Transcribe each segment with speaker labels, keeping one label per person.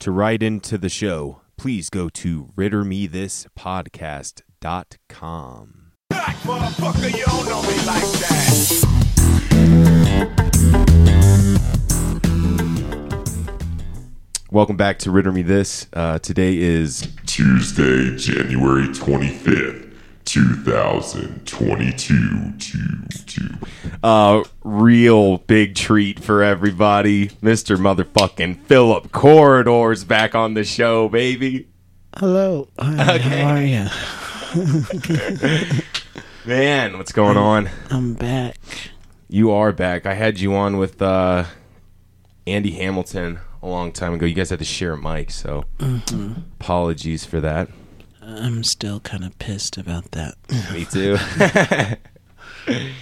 Speaker 1: To write into the show, please go to rittermethispodcast.com.
Speaker 2: Black motherfucker, you don't know me like that.
Speaker 1: Welcome back to Ritter Me This. Uh, today is
Speaker 3: Tuesday, January 25th, 2022. Two, two.
Speaker 1: a real big treat for everybody. Mr. Motherfucking Philip Corridors back on the show, baby.
Speaker 4: Hello. Hi, How are you?
Speaker 1: Man, what's going on?
Speaker 4: I'm back.
Speaker 1: You are back. I had you on with uh, Andy Hamilton a long time ago. You guys had to share a mic, so apologies for that.
Speaker 4: I'm still kind of pissed about that.
Speaker 1: Me too.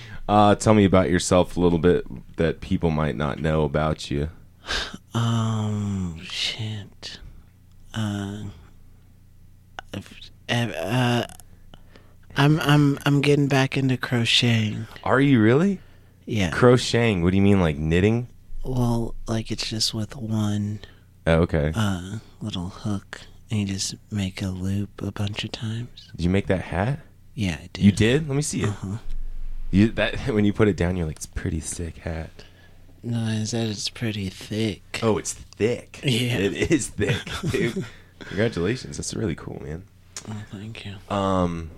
Speaker 1: uh, tell me about yourself a little bit that people might not know about you.
Speaker 4: Um, shit. Uh, if- uh, I'm I'm I'm getting back into crocheting.
Speaker 1: Are you really
Speaker 4: Yeah.
Speaker 1: crocheting? What do you mean, like knitting?
Speaker 4: well, like it's just with one
Speaker 1: Oh, okay.
Speaker 4: uh, little hook, and you just make a loop a bunch of times.
Speaker 1: Did you make that hat?
Speaker 4: Yeah, I did.
Speaker 1: You did? Let me see it. You that when you put it down, you're like, it's a pretty sick hat.
Speaker 4: No, I said it's pretty thick.
Speaker 1: Oh, it's thick.
Speaker 4: Yeah.
Speaker 1: it is thick. dude. Congratulations, that's really cool, man.
Speaker 4: Oh, thank you.
Speaker 1: Um,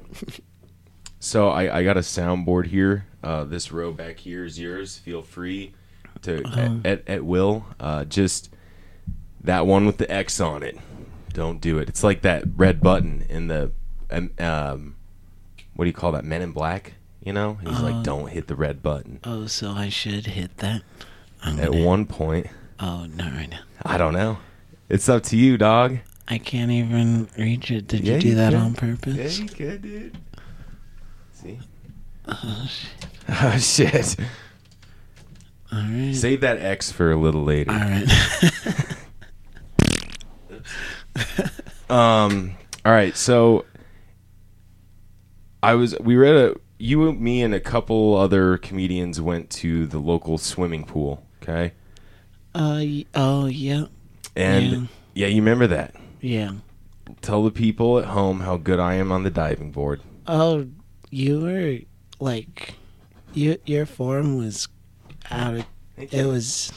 Speaker 1: so I, I got a soundboard here. Uh, this row back here is yours. Feel free to at, at, at will. Uh, just that one with the X on it. Don't do it. It's like that red button in the um, um what do you call that? Men in Black. You know, he's like, don't hit the red button.
Speaker 4: Oh, so I should hit that. I'm
Speaker 1: At
Speaker 4: gonna-
Speaker 1: one point,
Speaker 4: Oh, not right now.
Speaker 1: I don't know. It's up to you, dog.
Speaker 4: I can't even reach it. Did
Speaker 1: Yeah,
Speaker 4: you do
Speaker 1: you
Speaker 4: that
Speaker 1: can.
Speaker 4: on purpose?
Speaker 1: good, dude. See?
Speaker 4: Oh, shit.
Speaker 1: Oh shit.
Speaker 4: All right.
Speaker 1: Save that X for a little later.
Speaker 4: All right.
Speaker 1: Um. All right. So I was. We were at a. You, me, and a couple other comedians went to the local swimming pool. Okay.
Speaker 4: uh, y- oh, yeah.
Speaker 1: And yeah. you remember that.
Speaker 4: Yeah.
Speaker 1: Tell the people at home how good I am on the diving board.
Speaker 4: Oh, you were like, you, your form was out of. It was,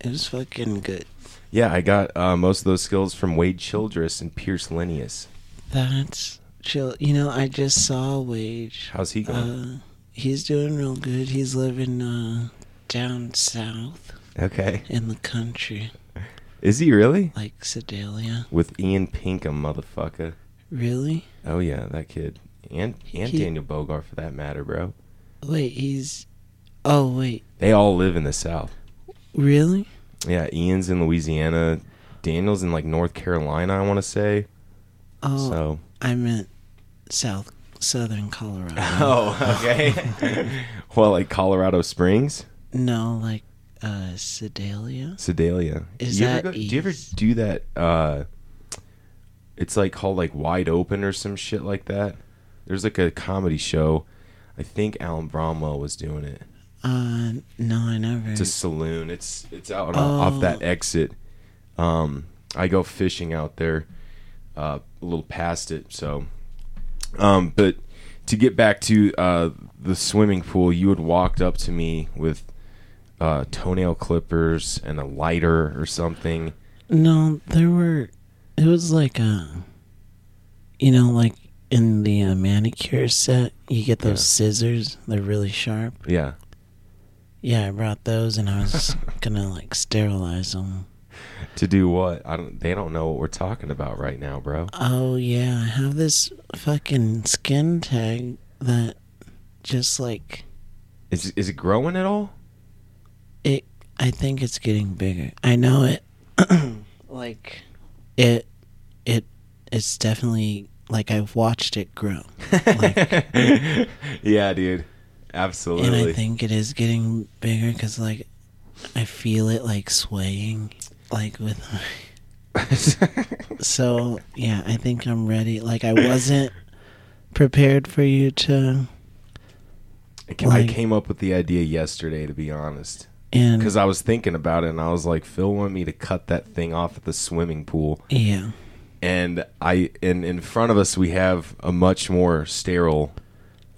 Speaker 4: it was fucking good.
Speaker 1: Yeah, I got uh, most of those skills from Wade Childress and Pierce Linnaeus.
Speaker 4: That's chill. You know, I just saw Wage.
Speaker 1: How's he going?
Speaker 4: Uh, he's doing real good. He's living uh, down south
Speaker 1: okay.
Speaker 4: in the country,
Speaker 1: Is he really?
Speaker 4: like Sedalia.
Speaker 1: With Ian Pinkham, motherfucker.
Speaker 4: Really?
Speaker 1: Oh yeah, that kid. And and
Speaker 4: He-
Speaker 1: Daniel Bogart for that matter, bro.
Speaker 4: Wait, he's. Oh, wait.
Speaker 1: They all live in the South.
Speaker 4: Really?
Speaker 1: Yeah, Ian's in Louisiana. Daniel's in like North Carolina, I want to say.
Speaker 4: Oh,
Speaker 1: So.
Speaker 4: I meant South Southern Colorado.
Speaker 1: Oh, okay. well, like Colorado Springs,
Speaker 4: no, like uh Sedalia.
Speaker 1: Sedalia.
Speaker 4: Is
Speaker 1: you ever
Speaker 4: that
Speaker 1: go- do you ever
Speaker 4: east?
Speaker 1: do that? Uh, it's like called like Wide Open or some shit like that. There's like a comedy show. I think Alan Bromwell was doing it.
Speaker 4: Uh, no, I never.
Speaker 1: It's a saloon. It's it's out
Speaker 4: Mm. Oh.
Speaker 1: off that exit. Um, I go fishing out there, uh, a little past it. So, um, but to get back to uh, the swimming pool, you had walked up to me with uh, toenail clippers and a lighter or something.
Speaker 4: no, there were. It was like a. You know, like in the uh, manicure set, you get those scissors. They're really sharp.
Speaker 1: Yeah.
Speaker 4: Yeah, I brought those, and I was gonna like sterilize them.
Speaker 1: To do what? I don't. They don't know what we're talking about right now, bro.
Speaker 4: Oh yeah, I have this fucking skin tag that just like
Speaker 1: Is is it growing at all?
Speaker 4: it I think it's getting bigger. I know it like it it it's definitely like I've watched it grow.
Speaker 1: yeah, dude.
Speaker 4: And
Speaker 1: Absolutely.
Speaker 4: I think it is getting bigger cuz like I feel it like swaying like with my So, yeah, I think I'm ready. Like I wasn't prepared for you to
Speaker 1: I ca- I
Speaker 4: Like-
Speaker 1: came up with the idea yesterday, to be honest.
Speaker 4: And
Speaker 1: because I was thinking about it and I was like, Phil wanted me to cut that thing off at the swimming pool,
Speaker 4: yeah,
Speaker 1: and I and in front of us we have a much more sterile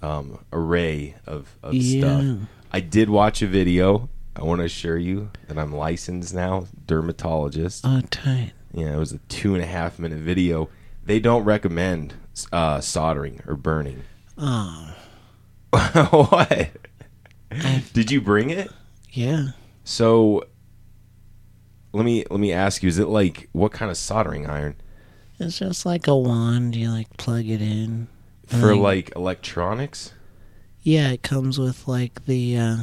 Speaker 1: um, array of, of
Speaker 4: Yeah.
Speaker 1: stuff. I did watch a video. I want to assure you that I'm licensed now, dermatologist.
Speaker 4: oh tight.
Speaker 1: Yeah, it was a two and a half minute video. They don't recommend uh, soldering or burning.
Speaker 4: Oh
Speaker 1: what? Did you bring it?
Speaker 4: yeah.
Speaker 1: So let me let me ask you: Is it like what kind of soldering iron
Speaker 4: It's just like a wand. You like plug it in. and,
Speaker 1: for like electronics?
Speaker 4: yeah, it comes with like the uh,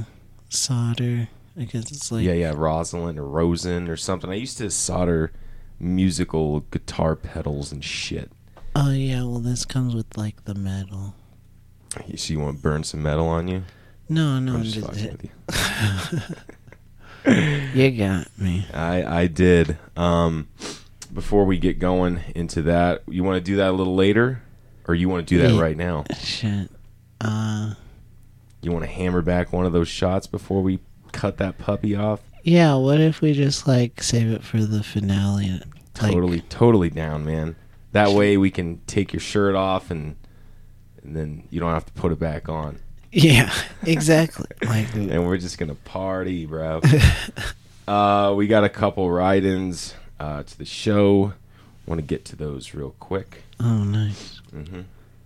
Speaker 4: solder. I guess it's like
Speaker 1: Yeah, yeah, Rosalind or Rosen or something. I used to solder musical guitar pedals and shit.
Speaker 4: oh yeah. Well, this comes with like the metal.
Speaker 1: So you want to burn some metal on you?
Speaker 4: No, no,
Speaker 1: I'm
Speaker 4: I'm
Speaker 1: just
Speaker 4: just,
Speaker 1: fucking with you.
Speaker 4: you got me.
Speaker 1: I I did. Um, before we get going into that, you want to do that a little later, or you want to do that
Speaker 4: Yeah.
Speaker 1: right now?
Speaker 4: Shit. Uh,
Speaker 1: You want to hammer back one of those shots before we cut that puppy off?
Speaker 4: yeah. What if we just like save it for the finale? Like,
Speaker 1: Totally, totally down, man. That way we can take your shirt off and and then you don't have to put it back on.
Speaker 4: Yeah. Exactly. like.
Speaker 1: and we're just gonna party, bro. uh, we got a couple ride-ins uh, to the show. Want to get to those real quick?
Speaker 4: Oh, nice.
Speaker 1: Mm-hmm.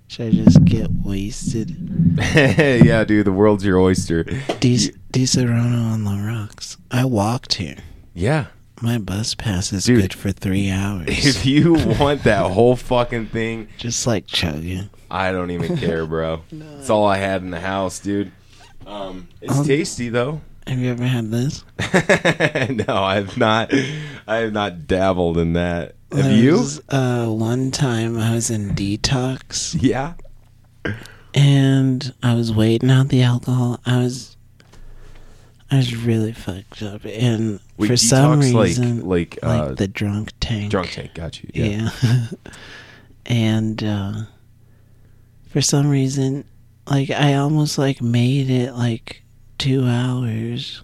Speaker 4: Should I just get wasted?
Speaker 1: yeah, dude, the world's your oyster.
Speaker 4: De De Serrano on the rocks. I walked here.
Speaker 1: Yeah,
Speaker 4: My bus pass is
Speaker 1: Dude.
Speaker 4: good for three hours.
Speaker 1: if you want that whole fucking thing,
Speaker 4: just like chugging.
Speaker 1: I don't even care, bro. It's all I had in the house, dude. Um, it's
Speaker 4: Um,
Speaker 1: tasty though.
Speaker 4: Have you ever had this?
Speaker 1: no, I've not. I have not dabbled in that. Have
Speaker 4: There
Speaker 1: you?
Speaker 4: was, uh, one time I was in detox
Speaker 1: Yeah.
Speaker 4: and I was waiting out the alcohol. I was, I was really fucked up, and
Speaker 1: We
Speaker 4: for some
Speaker 1: detox, like-
Speaker 4: reason,
Speaker 1: like, uh,
Speaker 4: the drunk tank,
Speaker 1: Drunk tank, got you. Yeah.
Speaker 4: yeah. and uh, for some reason, like I almost like made it like two hours,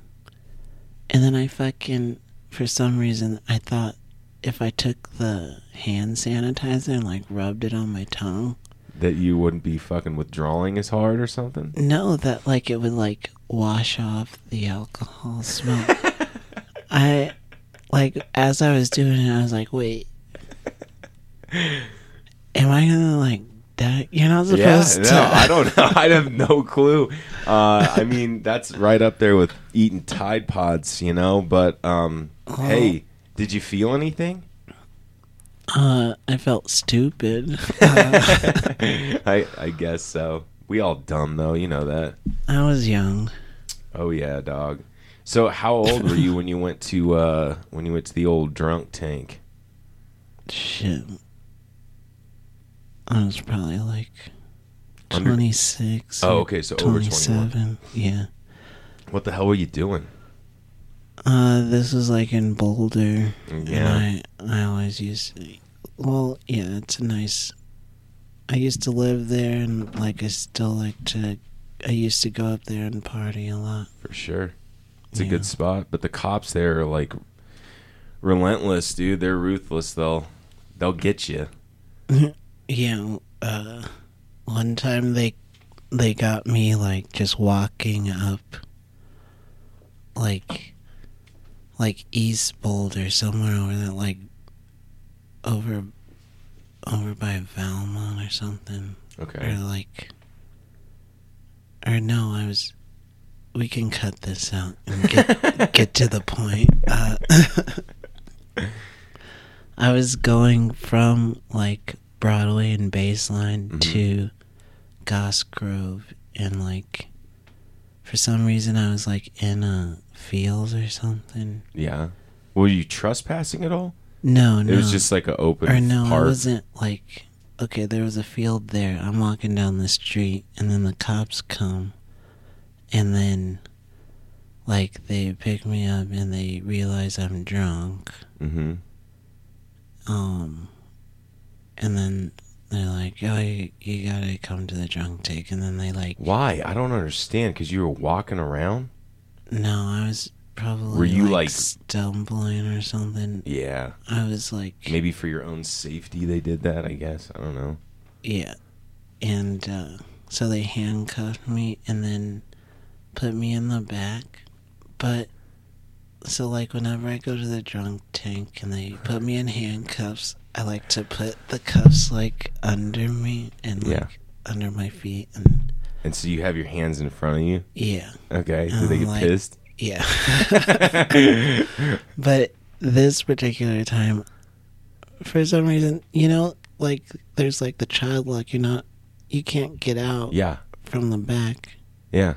Speaker 4: and then I fucking for some reason I thought if I took the hand sanitizer and like rubbed it on my tongue,
Speaker 1: That you wouldn't be fucking withdrawing as hard or something.
Speaker 4: no, that like it would like wash off the alcohol smell. I like as I was doing it, I was like, wait, am I gonna like die? You're not
Speaker 1: Yeah,
Speaker 4: supposed to.
Speaker 1: no, I don't know. I have no clue. Uh, I mean, that's right up there with eating Tide Pods, you know. But um, hey, did you feel anything?
Speaker 4: Uh, I felt stupid. Uh,
Speaker 1: I I guess so. We all dumb though, you know that.
Speaker 4: I was young.
Speaker 1: Oh yeah, dog. So how old were you when you went to uh, when you went to the old drunk tank?
Speaker 4: Shit. I was probably like
Speaker 1: Under-
Speaker 4: 26.
Speaker 1: Oh,
Speaker 4: or
Speaker 1: okay, so over 21.
Speaker 4: Yeah.
Speaker 1: What the hell were you doing?
Speaker 4: Uh, this was like in Boulder.
Speaker 1: Yeah.
Speaker 4: And I, I always used to, well, yeah, it's a nice, I used to live there and like I still like to, I used to go up there and party a lot.
Speaker 1: For sure. It's a
Speaker 4: Yeah.
Speaker 1: good spot, but the cops there are like relentless, dude. They're ruthless. They'll they'll get you.
Speaker 4: Yeah. Uh, one time they, they got me like just walking up, like, like East Boulder, somewhere over there, like, over, over by Valmont or something. Or
Speaker 1: Okay.
Speaker 4: like, or no, I was. We can cut this out and get get to the point. Uh, I was going from like Broadway and Baseline
Speaker 1: Mm-hmm.
Speaker 4: to Goss Grove, and like, for some reason, I was like in a field or something.
Speaker 1: Yeah. Were you trespassing at all?
Speaker 4: No, no,
Speaker 1: It was just like an open
Speaker 4: or no,
Speaker 1: park.
Speaker 4: I wasn't like okay, there was a field there. I'm walking down the street and then the cops come and then like they pick me up and they realize I'm drunk.
Speaker 1: Mhm.
Speaker 4: Um and then they're like, "Oh, you, you got to come to the drunk take." And then they like,
Speaker 1: Why? I don't understand. Cause you were walking around.
Speaker 4: "No, I was probably
Speaker 1: Were you, like-
Speaker 4: stumbling or something.
Speaker 1: Yeah.
Speaker 4: I was like,
Speaker 1: Maybe for your own safety, they did that. I guess I don't know.
Speaker 4: yeah, and uh, so they handcuffed me and then put me in the back. But so like whenever I go to the drunk tank and they put me in handcuffs, I like to put the cuffs like under me and like
Speaker 1: Yeah.
Speaker 4: under my feet and
Speaker 1: And so you have your hands in front of you.
Speaker 4: yeah,
Speaker 1: Okay. Did they
Speaker 4: Um,
Speaker 1: get
Speaker 4: like-
Speaker 1: pissed?
Speaker 4: yeah. But this particular time, for some reason, you know, like there's like the child lock. You're not, you can't get out
Speaker 1: yeah.
Speaker 4: from the back.
Speaker 1: Yeah.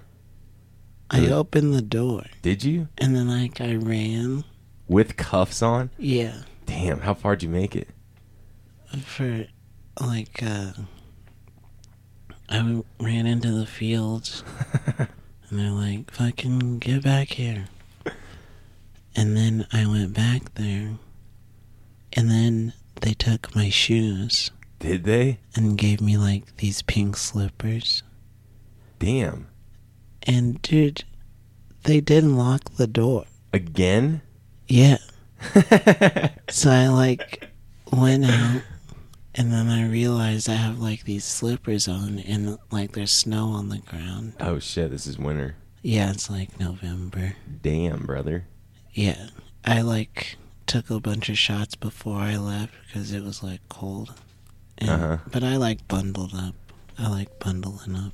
Speaker 4: I
Speaker 1: Really?
Speaker 4: opened the door
Speaker 1: Did you
Speaker 4: and then like I ran.
Speaker 1: with cuffs on?
Speaker 4: Yeah,
Speaker 1: Damn. How far'd you make it?
Speaker 4: for like uh, I ran into the fields, and they're like, "Fucking get back here!" And then I went back there, and then they took my shoes.
Speaker 1: Did they?
Speaker 4: and gave me like these pink slippers.
Speaker 1: Damn.
Speaker 4: And dude, they didn't lock the door.
Speaker 1: Again?
Speaker 4: Yeah. so I like went out and then I realized I have like these slippers on and like there's snow on the ground.
Speaker 1: Oh shit! This is winter.
Speaker 4: Yeah, it's like November.
Speaker 1: Damn, brother.
Speaker 4: Yeah. I like took a bunch of shots before I left because it was like cold. And,
Speaker 1: Uh-huh.
Speaker 4: But I like bundled up. I like bundling up.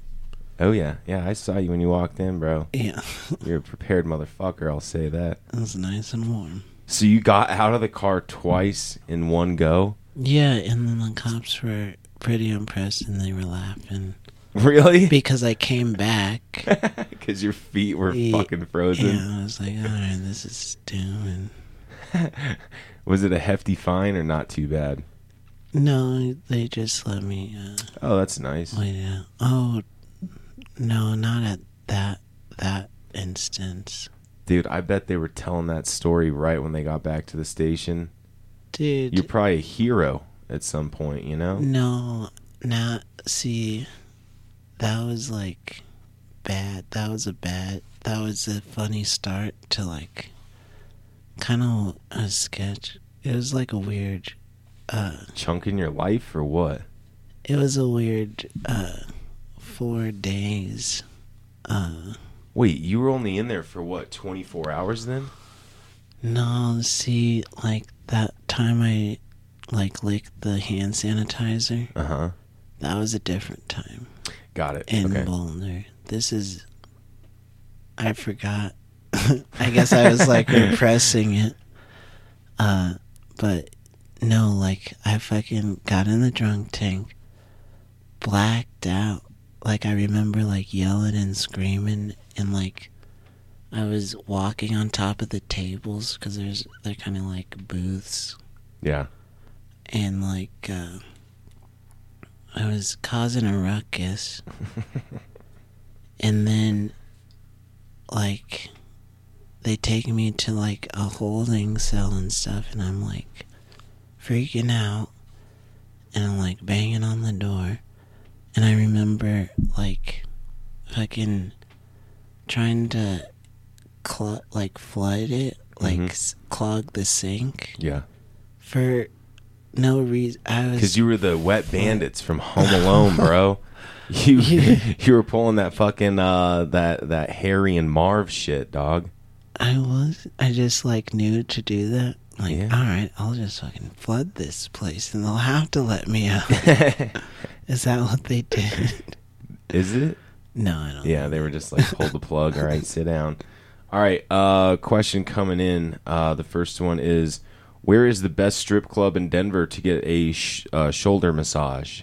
Speaker 1: Oh yeah, yeah. I saw you when you walked in, bro.
Speaker 4: Yeah.
Speaker 1: You're a prepared motherfucker. I'll say that.
Speaker 4: it was nice and warm.
Speaker 1: So you got out of the car twice in one go.
Speaker 4: Yeah, and then the cops were pretty impressed and they were laughing
Speaker 1: Really?
Speaker 4: because I came back.
Speaker 1: Because your feet were
Speaker 4: Ye-
Speaker 1: fucking frozen.
Speaker 4: and I was like, all right, this is stupid.
Speaker 1: Was it a hefty fine or not too bad?
Speaker 4: No, they just let me uh,
Speaker 1: Oh, that's nice.
Speaker 4: wait out. Oh, no, not at that that instance,
Speaker 1: Dude, I bet they were telling that story right when they got back to the station.
Speaker 4: dude.
Speaker 1: You're probably a hero at some point, you
Speaker 4: Mm.
Speaker 1: know?
Speaker 4: no, not see. That was like bad. That was a bad. That was a funny start to like kind of a sketch. It was like a weird
Speaker 1: Chunking your life or what?
Speaker 4: It was a weird uh, four days.
Speaker 1: Wait, you were only in there for what, 24 hours then?
Speaker 4: No, see, like that time I like licked the hand sanitizer.
Speaker 1: Uh huh.
Speaker 4: That was a different time
Speaker 1: Got it.
Speaker 4: in
Speaker 1: okay.
Speaker 4: Boulder. This is, I forgot. I guess I was like repressing it. Uh, but no, like I fucking got in the drunk tank, blacked out. Like I remember like yelling and screaming and like I was walking on top of the tables because there's they're kind of like booths
Speaker 1: yeah.
Speaker 4: and like uh, I was causing a ruckus, and then like they take me to like a holding cell and stuff, and I'm like freaking out, and I'm like banging on the door, and I remember like fucking trying to cl- like flood it, like
Speaker 1: Mhm.
Speaker 4: s- clog the sink
Speaker 1: Yeah.
Speaker 4: for no reason. I was
Speaker 1: Because you were the wet bandits from Home Alone, bro. You you were pulling that fucking uh that that Harry and Marv shit, dog.
Speaker 4: I was I just like knew to do that. Like,
Speaker 1: Yeah.
Speaker 4: all right, I'll just fucking flood this place, and they'll have to let me out. Is that what they did?
Speaker 1: Is it?
Speaker 4: no, I don't.
Speaker 1: Yeah, they were just like pull the plug. All right, sit down. All right, uh question coming in. Uh the first one is where is the best strip club in Denver to get a sh- uh, shoulder massage?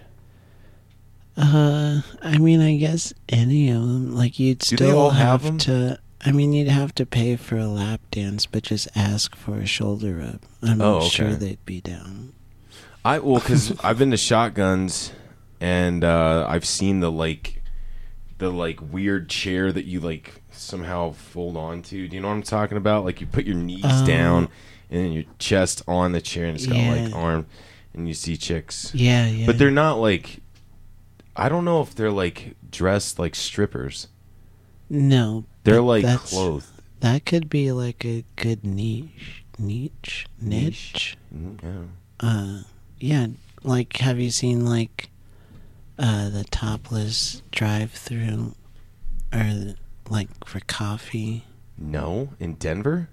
Speaker 4: Uh, I mean, I guess any of them. Like, you'd
Speaker 1: Do they
Speaker 4: still
Speaker 1: all have
Speaker 4: have,
Speaker 1: 'em?
Speaker 4: to. I mean, you'd have to pay for a lap dance, but just ask for a shoulder rub. I'm
Speaker 1: Oh, okay.
Speaker 4: sure they'd be down.
Speaker 1: I well, because I've been to shotguns, and uh, I've seen the like, the like weird chair that you like somehow fold onto. Do you know what I'm talking about? Like you put your knees
Speaker 4: Um,
Speaker 1: down and then your chest on the chair, and it's got like
Speaker 4: Yeah.
Speaker 1: arm, and you see chicks,
Speaker 4: Yeah, yeah.
Speaker 1: but they're not like. I don't know if they're like dressed like strippers.
Speaker 4: no.
Speaker 1: They're
Speaker 4: but
Speaker 1: like
Speaker 4: that's-
Speaker 1: clothed.
Speaker 4: That could be like a good niche, niche, niche.
Speaker 1: Mm, yeah.
Speaker 4: Uh, yeah. Like, have you seen like uh, the topless drive-through, or like for coffee?
Speaker 1: No, in Denver.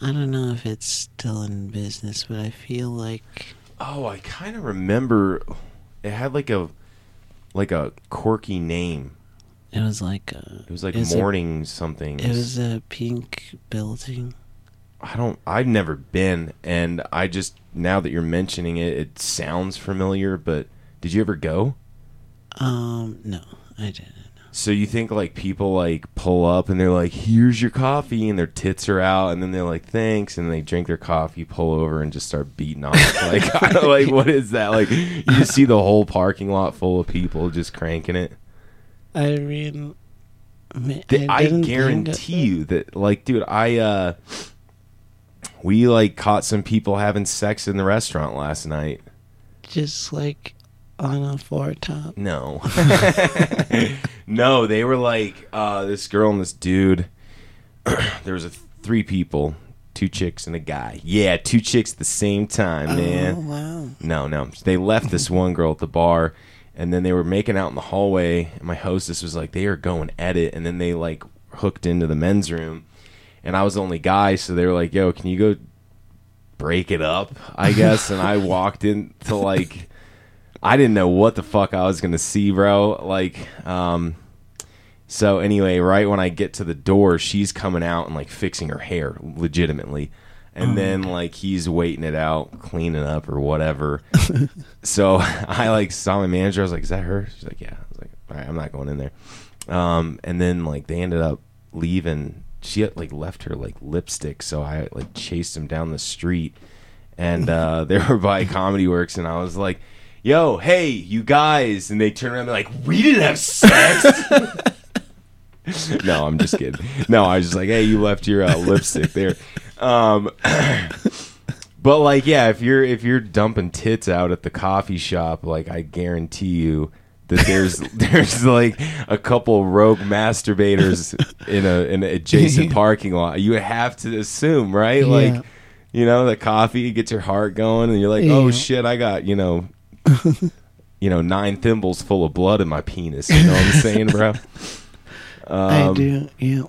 Speaker 4: I don't know if it's still in business, but I feel like
Speaker 1: Oh, I kind of remember. It had like a like a quirky name.
Speaker 4: it was like a.
Speaker 1: It was like
Speaker 4: Is it-
Speaker 1: morning something.
Speaker 4: It was a pink building.
Speaker 1: I don't. I've never been, and I just now that you're mentioning it, it sounds familiar. But did you ever go?
Speaker 4: Um, no, I didn't.
Speaker 1: So you think like people like pull up and they're like, "Here's your coffee," and their tits are out, and then they're like, "Thanks," and they drink their coffee, pull over, and just start beating off. like, I don't- like what is that? Like, you just see the whole parking lot full of people just cranking it.
Speaker 4: I mean, ma-
Speaker 1: Th- I,
Speaker 4: didn't think
Speaker 1: guarantee you that, like, dude, I uh, we like caught some people having sex in the restaurant last night.
Speaker 4: it- just like on a floor top.
Speaker 1: No. no, they were like uh, this girl and this dude. there was a three people, two chicks and a guy. Yeah, two chicks at the same time, man.
Speaker 4: Oh wow!
Speaker 1: No, no. They left this one girl at the bar and then they were making out in the hallway and my hostess was like, They are going at it and then they like hooked into the men's room and I was the only guy, so they were like, Yo, can you go break it up? I guess and I walked into like I didn't know what the fuck I was gonna see, bro. Like, um so anyway, right when I get to the door, she's coming out and like fixing her hair legitimately. And then like he's waiting it out, cleaning up or whatever. so I like saw my manager, I was like, Is that her? She's like, Yeah. I was like, All right, I'm not going in there. Um and then like they ended up leaving she had like left her like lipstick, so I like chased him down the street and uh, they were by Comedy Works, and I was like, "Yo, hey, you guys!" And they turned around, and they're like, "We didn't have sex." no, I'm just kidding. No, I was just like, "Hey, you left your uh, lipstick there." Um, but like, yeah, if you're if you're dumping tits out at the coffee shop, like I guarantee you. That there's there's like a couple rogue masturbators in a in an adjacent parking lot. You have to assume, right? Like
Speaker 4: Yeah.
Speaker 1: you know, the coffee gets your heart going, and you're like, oh
Speaker 4: Yeah.
Speaker 1: shit, I got you know, you know, nine thimbles full of blood in my penis. You know what I'm saying, bro? Um,
Speaker 4: I do. Yeah.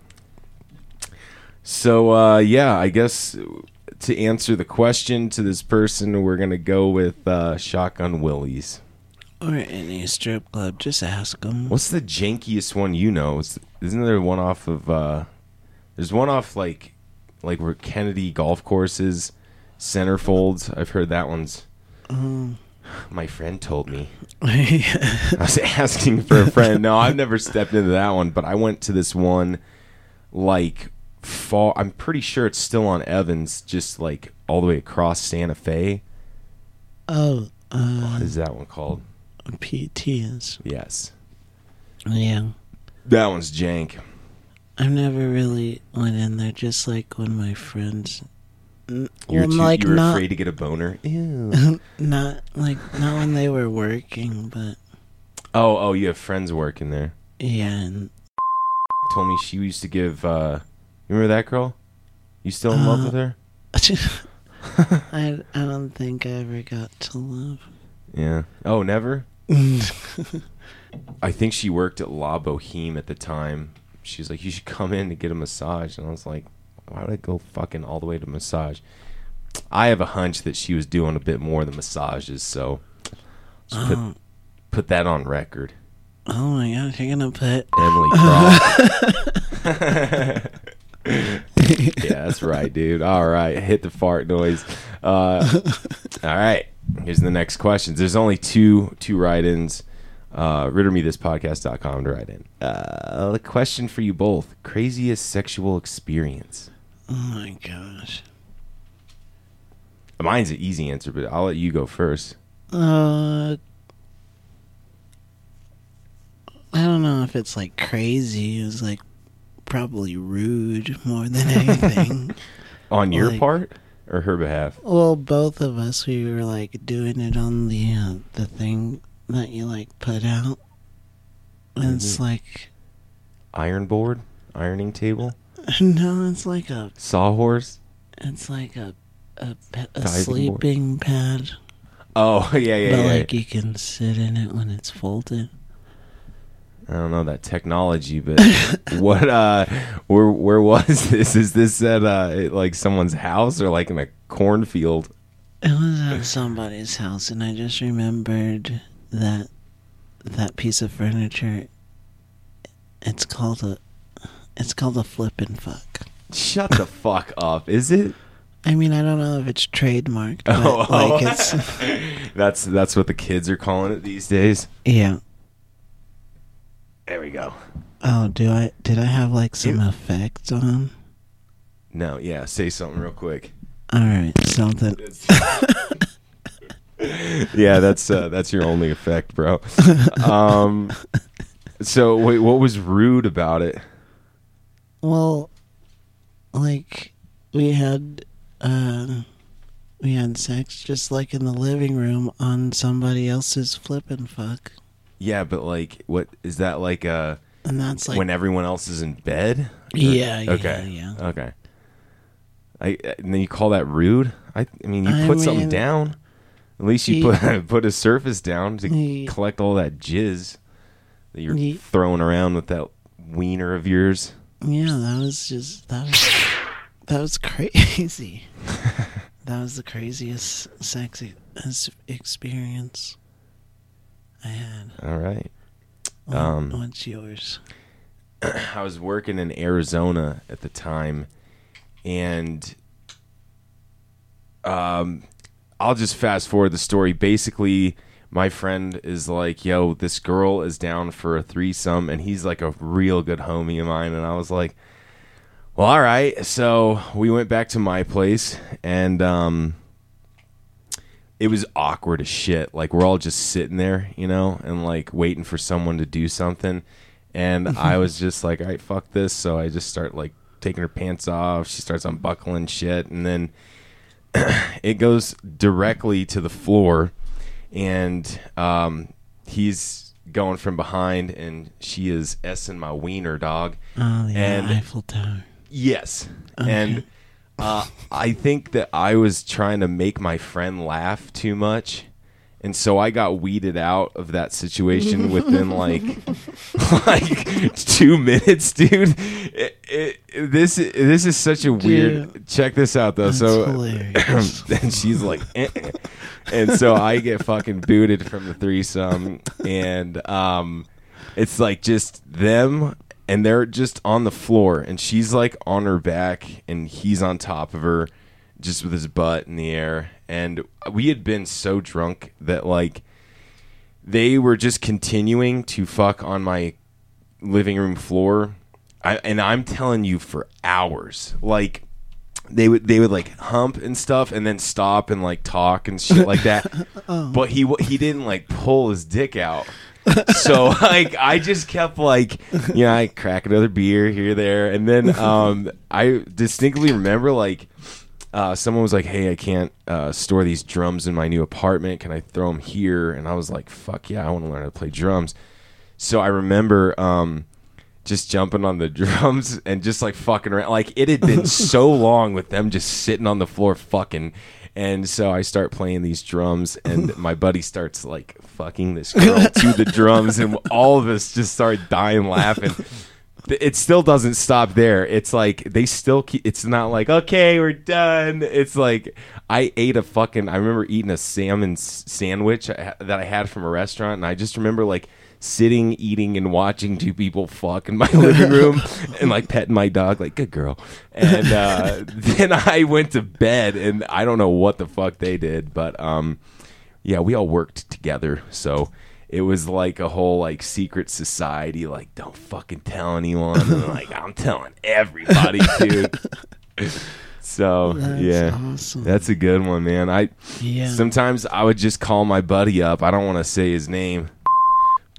Speaker 1: So uh, yeah, I guess to answer the question to this person, we're gonna go with uh, Shotgun Willies.
Speaker 4: Or any strip club, just ask them.
Speaker 1: What's the jankiest one you know? Is- Isn't there one off of? Uh, there's one off like like where Kennedy golf courses, centerfolds. I've heard that one's. My friend told me. I was asking for a friend. No, I've never stepped into that one, but I went to this one like fall. I'm pretty sure it's still on Evans, just like all the way across Santa Fe.
Speaker 4: oh, uh,
Speaker 1: What is that one called?
Speaker 4: PTs.
Speaker 1: Yes,
Speaker 4: Yeah.
Speaker 1: that one's jank.
Speaker 4: I've never really went in there. Just like when my friends, N-
Speaker 1: You're,
Speaker 4: well,
Speaker 1: too,
Speaker 4: like
Speaker 1: you're
Speaker 4: not
Speaker 1: afraid to get a boner. Ew.
Speaker 4: not like not when they were working, but
Speaker 1: Oh, oh, you have friends working there.
Speaker 4: yeah, and
Speaker 1: Told me she used to give. uh You remember that girl? You still in love
Speaker 4: Uh,
Speaker 1: with her?
Speaker 4: I I don't think I ever got to love.
Speaker 1: Yeah. Oh, never. I think she worked at La Boheme at the time. She was like, "You should come in to get a massage," and I was like, "Why would I go fucking all the way to massage?" I have a hunch that she was doing a bit more than massages, so just put put that on record.
Speaker 4: oh my gosh, you're gonna put
Speaker 1: Emily Croft. yeah, that's right, dude. All right, hit the fart noise. Uh, all right, here's the next questions. There's only two two write-ins. Uh, rittermethispodcast.com to write in. Uh, a question for you both: craziest sexual experience.
Speaker 4: oh my gosh.
Speaker 1: Mine's an easy answer, but I'll let you go first.
Speaker 4: Uh, I don't know if it's like crazy. It was like probably rude more than anything.
Speaker 1: On your
Speaker 4: Like-
Speaker 1: part or her behalf?
Speaker 4: well, both of us we were like doing it on the uh, the thing that you like put out. And it's like
Speaker 1: Iron board, ironing table.
Speaker 4: no, it's like a
Speaker 1: Sawhorse?
Speaker 4: it's like a a, pe- a
Speaker 1: board.
Speaker 4: sleeping pad,
Speaker 1: Oh, yeah, yeah,
Speaker 4: but
Speaker 1: yeah.
Speaker 4: like you can sit in it when it's folded.
Speaker 1: I don't know that technology, but what uh where where was this? Is this at uh at, like someone's house or like in a cornfield?
Speaker 4: It was at somebody's house, and I just remembered that that piece of furniture. It's called a, it's called a flippin' fuck.
Speaker 1: Shut the fuck up. Is it?
Speaker 4: I mean, I don't know if it's trademarked, but
Speaker 1: Oh, oh.
Speaker 4: like it's
Speaker 1: That's that's what the kids are calling it these days.
Speaker 4: yeah.
Speaker 1: There we go.
Speaker 4: Oh, do I did I have like some effects on?
Speaker 1: No, yeah, say something real quick.
Speaker 4: All right, something.
Speaker 1: Yeah, that's uh that's your only effect, bro. Um so wait, what was rude about it?
Speaker 4: Well, like we had uh we had sex just like in the living room on somebody else's flippin' fuck.
Speaker 1: Yeah, but like what is that like uh
Speaker 4: And that's like
Speaker 1: when everyone else is in bed?
Speaker 4: Yeah, yeah,
Speaker 1: Okay.
Speaker 4: yeah.
Speaker 1: Okay. I and then you call that rude? I I mean you
Speaker 4: I
Speaker 1: put something
Speaker 4: mean-
Speaker 1: down. At least you
Speaker 4: Ye-
Speaker 1: put put a surface down to
Speaker 4: Ye-
Speaker 1: collect all that jizz that you're
Speaker 4: Ye-
Speaker 1: throwing around with that wiener of yours.
Speaker 4: Yeah, that was just that was that was crazy. that was the craziest sex e- s- experience I had.
Speaker 1: All right.
Speaker 4: What-
Speaker 1: Um,
Speaker 4: What's yours?
Speaker 1: I was working in Arizona at the time, and um, I'll just fast forward the story. Basically, my friend is like, "Yo, this girl is down for a threesome," and he's like a real good homie of mine, and I was like, "Well, all right." So we went back to my place, and um, it was awkward as shit. Like we're all just sitting there, you know, and like waiting for someone to do something. And I was just like, all right, fuck this. So I just start like taking her pants off. She starts unbuckling shit, and then it goes directly to the floor. And um, he's going from behind, and she is s-ing my wiener, dog.
Speaker 4: Oh, the
Speaker 1: and-
Speaker 4: Eiffel Tower.
Speaker 1: Yes. And uh, I think that I was trying to make my friend laugh too much. And so I got weeded out of that situation within like like two minutes, dude. It, it, this this is such a weird. Check this out though.
Speaker 4: That's
Speaker 1: so
Speaker 4: hilarious.
Speaker 1: and she's like, "Eh, eh." and so I get fucking booted from the threesome, and um, it's like just them, and they're just on the floor, and she's like on her back, and he's on top of her, just with his butt in the air, and we had been so drunk that like they were just continuing to fuck on my living room floor. I, and I'm telling you for hours. Like they would they would like hump and stuff and then stop and like talk and shit like that. But he wa- he didn't like pull his dick out. so like I just kept like you know I crack another beer here there and then um I distinctly remember like uh, someone was like, "Hey, I can't uh, store these drums in my new apartment. Can I throw them here?" And I was like, "Fuck yeah, I want to learn how to play drums." So I remember um, just jumping on the drums and just like fucking around. Like it had been so long with them just sitting on the floor fucking. And so I start playing these drums, and my buddy starts like fucking this girl to the drums, and all of us just start dying laughing. Th- It still doesn't stop there. It's like they still keep. It's not like okay, we're done. It's like I ate a fucking. I remember eating a salmon s- sandwich I ha- that I had from a restaurant, and I just remember like sitting, eating, and watching two people fuck in my living room and like petting my dog, like, good girl. And uh, then I went to bed, and I don't know what the fuck they did, but um, yeah, we all worked together. So it was like a whole like secret society, like, don't fucking tell anyone. And like, I'm telling everybody, dude. So
Speaker 4: That's
Speaker 1: yeah,
Speaker 4: awesome.
Speaker 1: that's a good one, man. I
Speaker 4: Yeah.
Speaker 1: Sometimes I would just call my buddy up. I don't want to say his name,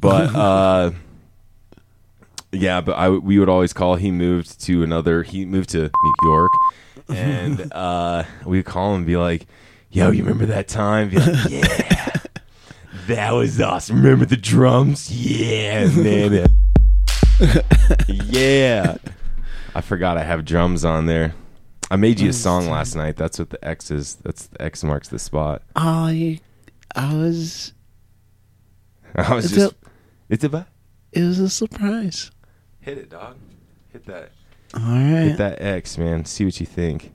Speaker 1: but uh, yeah, but I we would always call. He moved to another. He moved to New York, and uh, we would call him and be like, "Yo, you remember that time?" Be like, "Yeah, that was awesome. Remember the drums? Yeah, man. yeah." I forgot I have drums on there. I made you a song last night. Mm, That's what the X is. That's the X marks the spot.
Speaker 4: Oh, you, I was.
Speaker 1: I was
Speaker 4: It's
Speaker 1: just.
Speaker 4: a-
Speaker 1: It's about.
Speaker 4: It was a surprise.
Speaker 1: Hit it, dog. Hit that.
Speaker 4: All right.
Speaker 1: Hit that X, man. See what you think.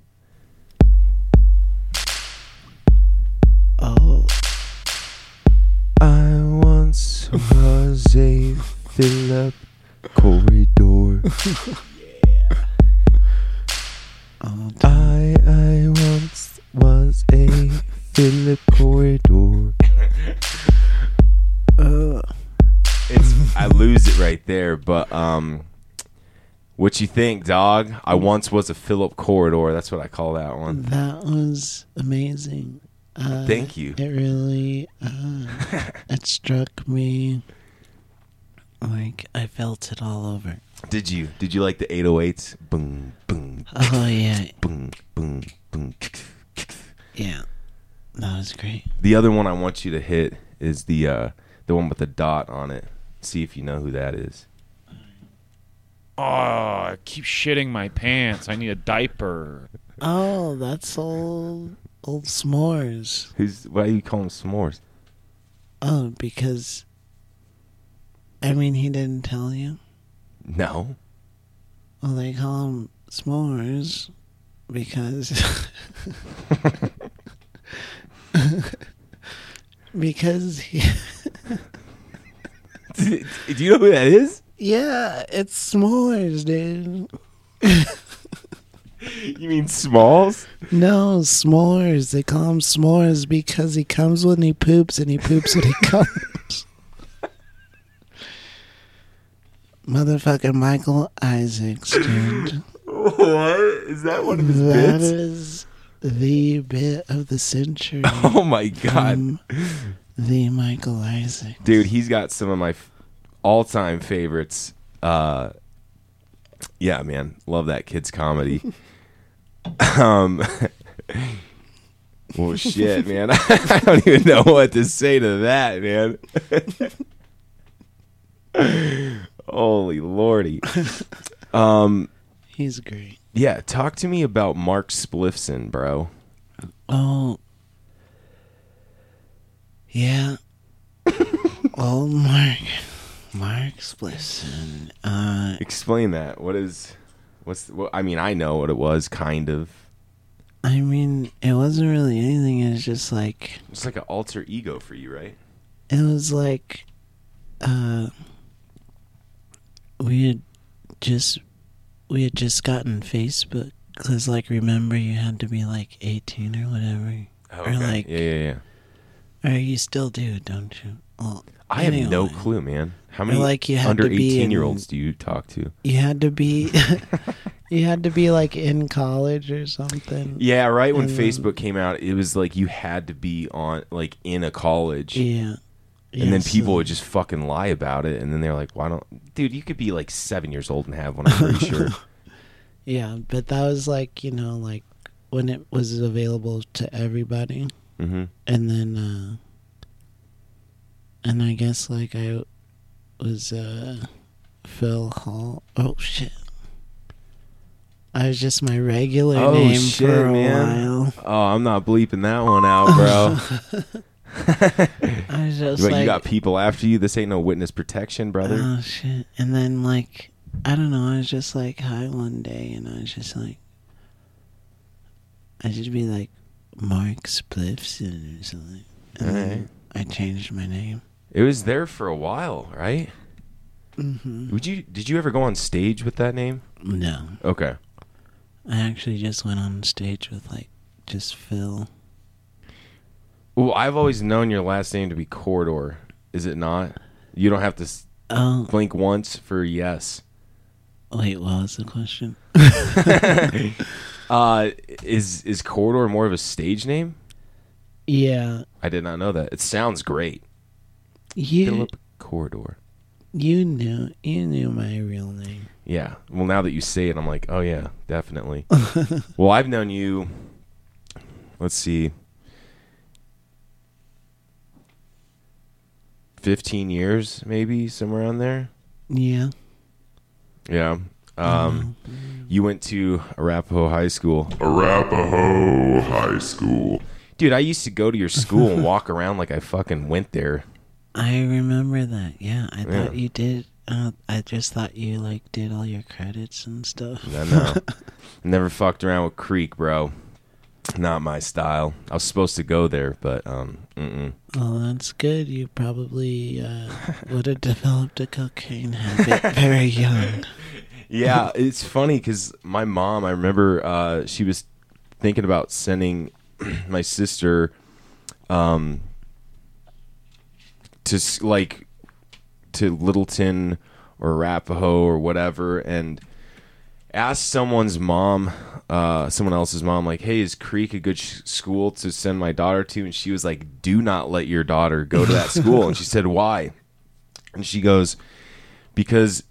Speaker 4: oh,
Speaker 1: I once was a Philip corridor.
Speaker 4: oh, t-
Speaker 1: I I once was a Philip corridor.
Speaker 4: uh,
Speaker 1: It's I lose it right there, but um what you think, dog? I once was a Philip corridor. That's what I call that one.
Speaker 4: that was amazing. Uh,
Speaker 1: Thank you.
Speaker 4: It really uh, it struck me like I felt it all over.
Speaker 1: Did you? Did you like the 808s? Boom, boom,
Speaker 4: Oh yeah,
Speaker 1: boom, boom, boom.
Speaker 4: yeah. That was great.
Speaker 1: The other one I want you to hit is the uh the one with the dot on it. See if you know who that is.
Speaker 5: Oh, I keep shitting my pants. I need a diaper.
Speaker 4: Oh, that's old old s'mores.
Speaker 1: Who's why do you call him s'mores?
Speaker 4: Oh, because I mean he didn't tell you.
Speaker 1: No.
Speaker 4: Well, they call him s'mores because because he,
Speaker 1: do you know who that is?
Speaker 4: yeah, it's s'mores, dude.
Speaker 1: You mean Smalls?
Speaker 4: No, s'mores. They call him s'mores because he comes when he poops and he poops when he comes. Motherfucking Michael Isaacs, dude.
Speaker 1: What is that one of his
Speaker 4: That
Speaker 1: bits?
Speaker 4: is the bit of the century.
Speaker 1: Oh my god,
Speaker 4: from Um, the Michael Isaacs.
Speaker 1: dude, he's got some of my f- all-time favorites. Uh, yeah, man, love that kid's comedy. um, well, shit, man, I don't even know what to say to that, man. Holy lordy.
Speaker 4: He's great.
Speaker 1: Yeah, talk to me about Mark Splifson, bro.
Speaker 4: Oh, yeah. oh, Mark, Mark Splitson. Uh,
Speaker 1: Explain that. What is what's well, I mean, I know what it was kind of.
Speaker 4: I mean, it wasn't really anything. It was just like
Speaker 1: It's like an alter ego for you, right?
Speaker 4: it was like, uh, we had just we had just gotten Facebook because, like, remember you had to be like eighteen or whatever.
Speaker 1: Oh,
Speaker 4: Or like-
Speaker 1: yeah, yeah, yeah.
Speaker 4: Or you still do, don't you? Well,
Speaker 1: I have no
Speaker 4: anyway.
Speaker 1: clue, man. How many
Speaker 4: like, you had
Speaker 1: under
Speaker 4: to be
Speaker 1: 18 year
Speaker 4: in-
Speaker 1: olds do you talk to?
Speaker 4: You had to be, you had to be like in college or something.
Speaker 1: Yeah, right when
Speaker 4: And then-
Speaker 1: Facebook came out, it was like you had to be on like in a college.
Speaker 4: Yeah.
Speaker 1: And then
Speaker 4: Yes,
Speaker 1: people
Speaker 4: uh,
Speaker 1: would just fucking lie about it, and then they're like, "Why don't, dude? You could be like seven years old and have one." I'm pretty sure.
Speaker 4: Yeah, but that was like you know like when it was available to everybody,
Speaker 1: hmm
Speaker 4: and then, uh and I guess like I was uh Phil Hall. Oh shit. I was just my regular
Speaker 1: Oh,
Speaker 4: name
Speaker 1: shit,
Speaker 4: for a
Speaker 1: man.
Speaker 4: while.
Speaker 1: Oh, I'm not bleeping that one out, bro.
Speaker 4: I was just
Speaker 1: but
Speaker 4: like,
Speaker 1: you got people after you. This ain't no witness protection, brother.
Speaker 4: Oh shit! And then like I don't know, I was just like high one day, and I was just like, I should be like Mark Splifson or something. And then I changed my name.
Speaker 1: it was there for a while, right?
Speaker 4: Mm-hmm.
Speaker 1: Would you? Did you ever go on stage with that name?
Speaker 4: No,
Speaker 1: Okay.
Speaker 4: I actually just went on stage with like just Phil.
Speaker 1: Well, I've always known your last name to be Corridor. Is it not? You don't have to s-
Speaker 4: Oh
Speaker 1: blink once for yes.
Speaker 4: wait, what was the question?
Speaker 1: Uh, is is Corridor more of a stage name?
Speaker 4: Yeah,
Speaker 1: I did not know that. It sounds great.
Speaker 4: you
Speaker 1: Philip Corridor.
Speaker 4: you knew you knew my real name.
Speaker 1: Yeah. Well, now that you say it, I'm like, oh yeah, definitely. well, I've known you. Let's see. Fifteen years, maybe somewhere on there.
Speaker 4: Yeah,
Speaker 1: Yeah. Um, you went to Arapahoe High School,
Speaker 3: Arapahoe High School.
Speaker 1: dude. I used to go to your school and walk around like I fucking went there.
Speaker 4: I remember that. Yeah, I
Speaker 1: Yeah.
Speaker 4: thought you did. Uh, I just thought you like did all your credits and stuff.
Speaker 1: I know. Never fucked around with Creek, bro. Not my style. I was supposed to go there, but um, mm-mm.
Speaker 4: Well, that's good. You probably uh, would have developed a cocaine habit very young.
Speaker 1: yeah, it's funny because my mom. I remember uh, she was thinking about sending my sister um, to s- like to Littleton or Arapahoe or whatever, and asked someone's mom, uh, someone else's mom, like, "Hey, is Creek a good sh- school to send my daughter to?" And she was like, "Do not let your daughter go to that school." and she said, "Why?" And she goes, "Because."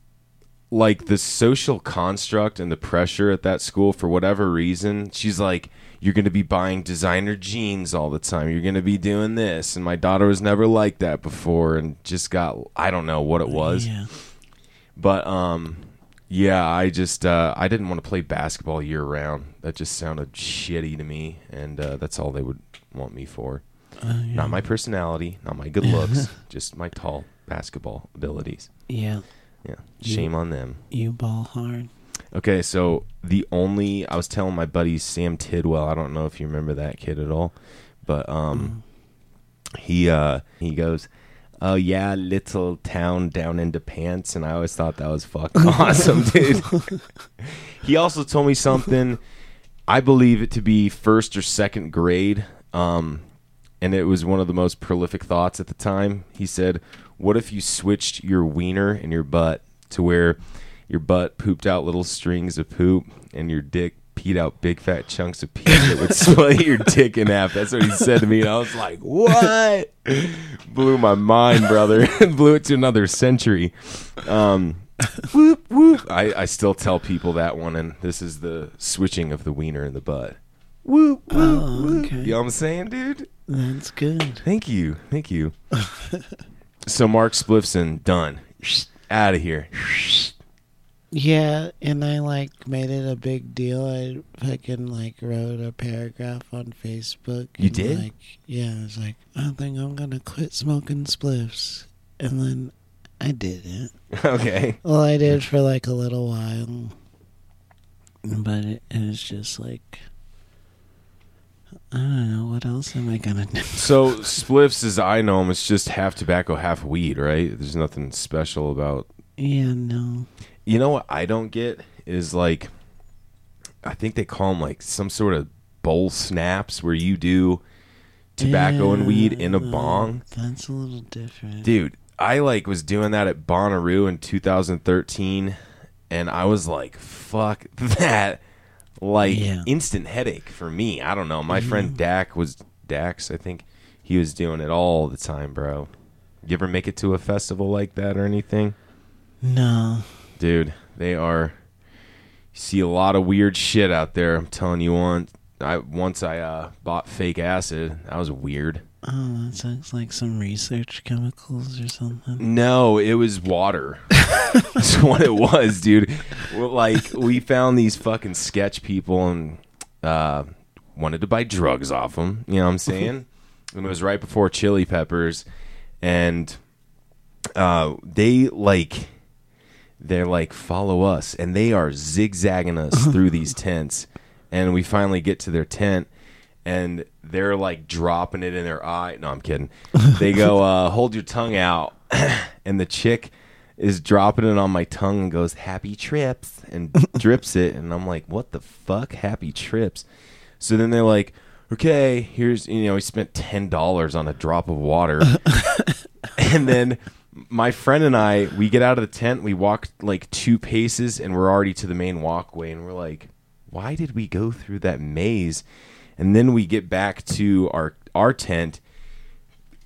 Speaker 1: like the social construct and the pressure at that school for whatever reason she's like you're going to be buying designer jeans all the time you're going to be doing this and my daughter was never like that before and just got i don't know what it was
Speaker 4: Yeah.
Speaker 1: but um yeah i just uh i didn't want to play basketball year round that just sounded shitty to me and uh, that's all they would want me for not my personality not my good looks just my tall basketball abilities
Speaker 4: Yeah.
Speaker 1: yeah shame on them
Speaker 4: You ball hard.
Speaker 1: Okay, so the only I was telling my buddy Sam Tidwell, I don't know if you remember that kid at all, but um he uh he goes, "Oh yeah, little town down into pants." And I always thought that was fucking awesome, dude. he also told me something I believe it to be first or second grade. Um and it was one of the most prolific thoughts at the time. He said, "What if you switched your wiener and your butt to where your butt pooped out little strings of poop and your dick peed out big fat chunks of pee that would split your dick in half?" That's what he said to me, and I was like, "What?" Blew my mind, brother. Blew it to another century. Um, whoop whoop. I, I still tell people that one, and this is the switching of the wiener and the butt. Whoop whoop.
Speaker 4: Oh, okay.
Speaker 1: You know what I'm saying, dude?
Speaker 4: That's good.
Speaker 1: Thank you. Thank you. so Mark Splifson, done. Out of here.
Speaker 4: Yeah, and I like made it a big deal. I fucking like wrote a paragraph on Facebook.
Speaker 1: You
Speaker 4: and,
Speaker 1: did?
Speaker 4: Like, yeah, I was like, I think I'm gonna quit smoking spliffs, and then I didn't.
Speaker 1: okay.
Speaker 4: Well, I did for like a little while, but it, it was just like I don't know what else am I gonna do.
Speaker 1: So Spliffs, as I know them, it's just half tobacco, half weed, right? There's nothing special about.
Speaker 4: Yeah, no.
Speaker 1: You know what I don't get is like, I think they call them like some sort of bowl snaps where you do tobacco and weed in a
Speaker 4: Yeah,
Speaker 1: bong.
Speaker 4: That's a little different.
Speaker 1: dude i like was doing that at bonnaroo in 2013 and i was like fuck that like
Speaker 4: Yeah.
Speaker 1: instant headache for me i don't know my friend dak was dax i think he was doing it all the time bro you ever make it to a festival like that or anything
Speaker 4: No.
Speaker 1: dude they are you see a lot of weird shit out there i'm telling you on i once i uh, bought fake acid that was weird
Speaker 4: Oh, that sounds like some research chemicals or something.
Speaker 1: No, it was water. That's what it was, dude. Well, Like we found these fucking sketch people and uh, wanted to buy drugs off them. You know what I'm saying? and it was right before Chili Peppers, and uh, they like they're like follow us, and they are zigzagging us through these tents, and we finally get to their tent. And they're like dropping it in their eye. No, I'm kidding. They go, uh, hold your tongue out. and the chick is dropping it on my tongue and goes happy trips and drips it and i'm like what the fuck happy trips so then they're like okay here's you know he spent $10 on a drop of water and then my friend and i we get out of the tent we walk like two paces and we're already to the main walkway and we're like why did we go through that maze and then we get back to our our tent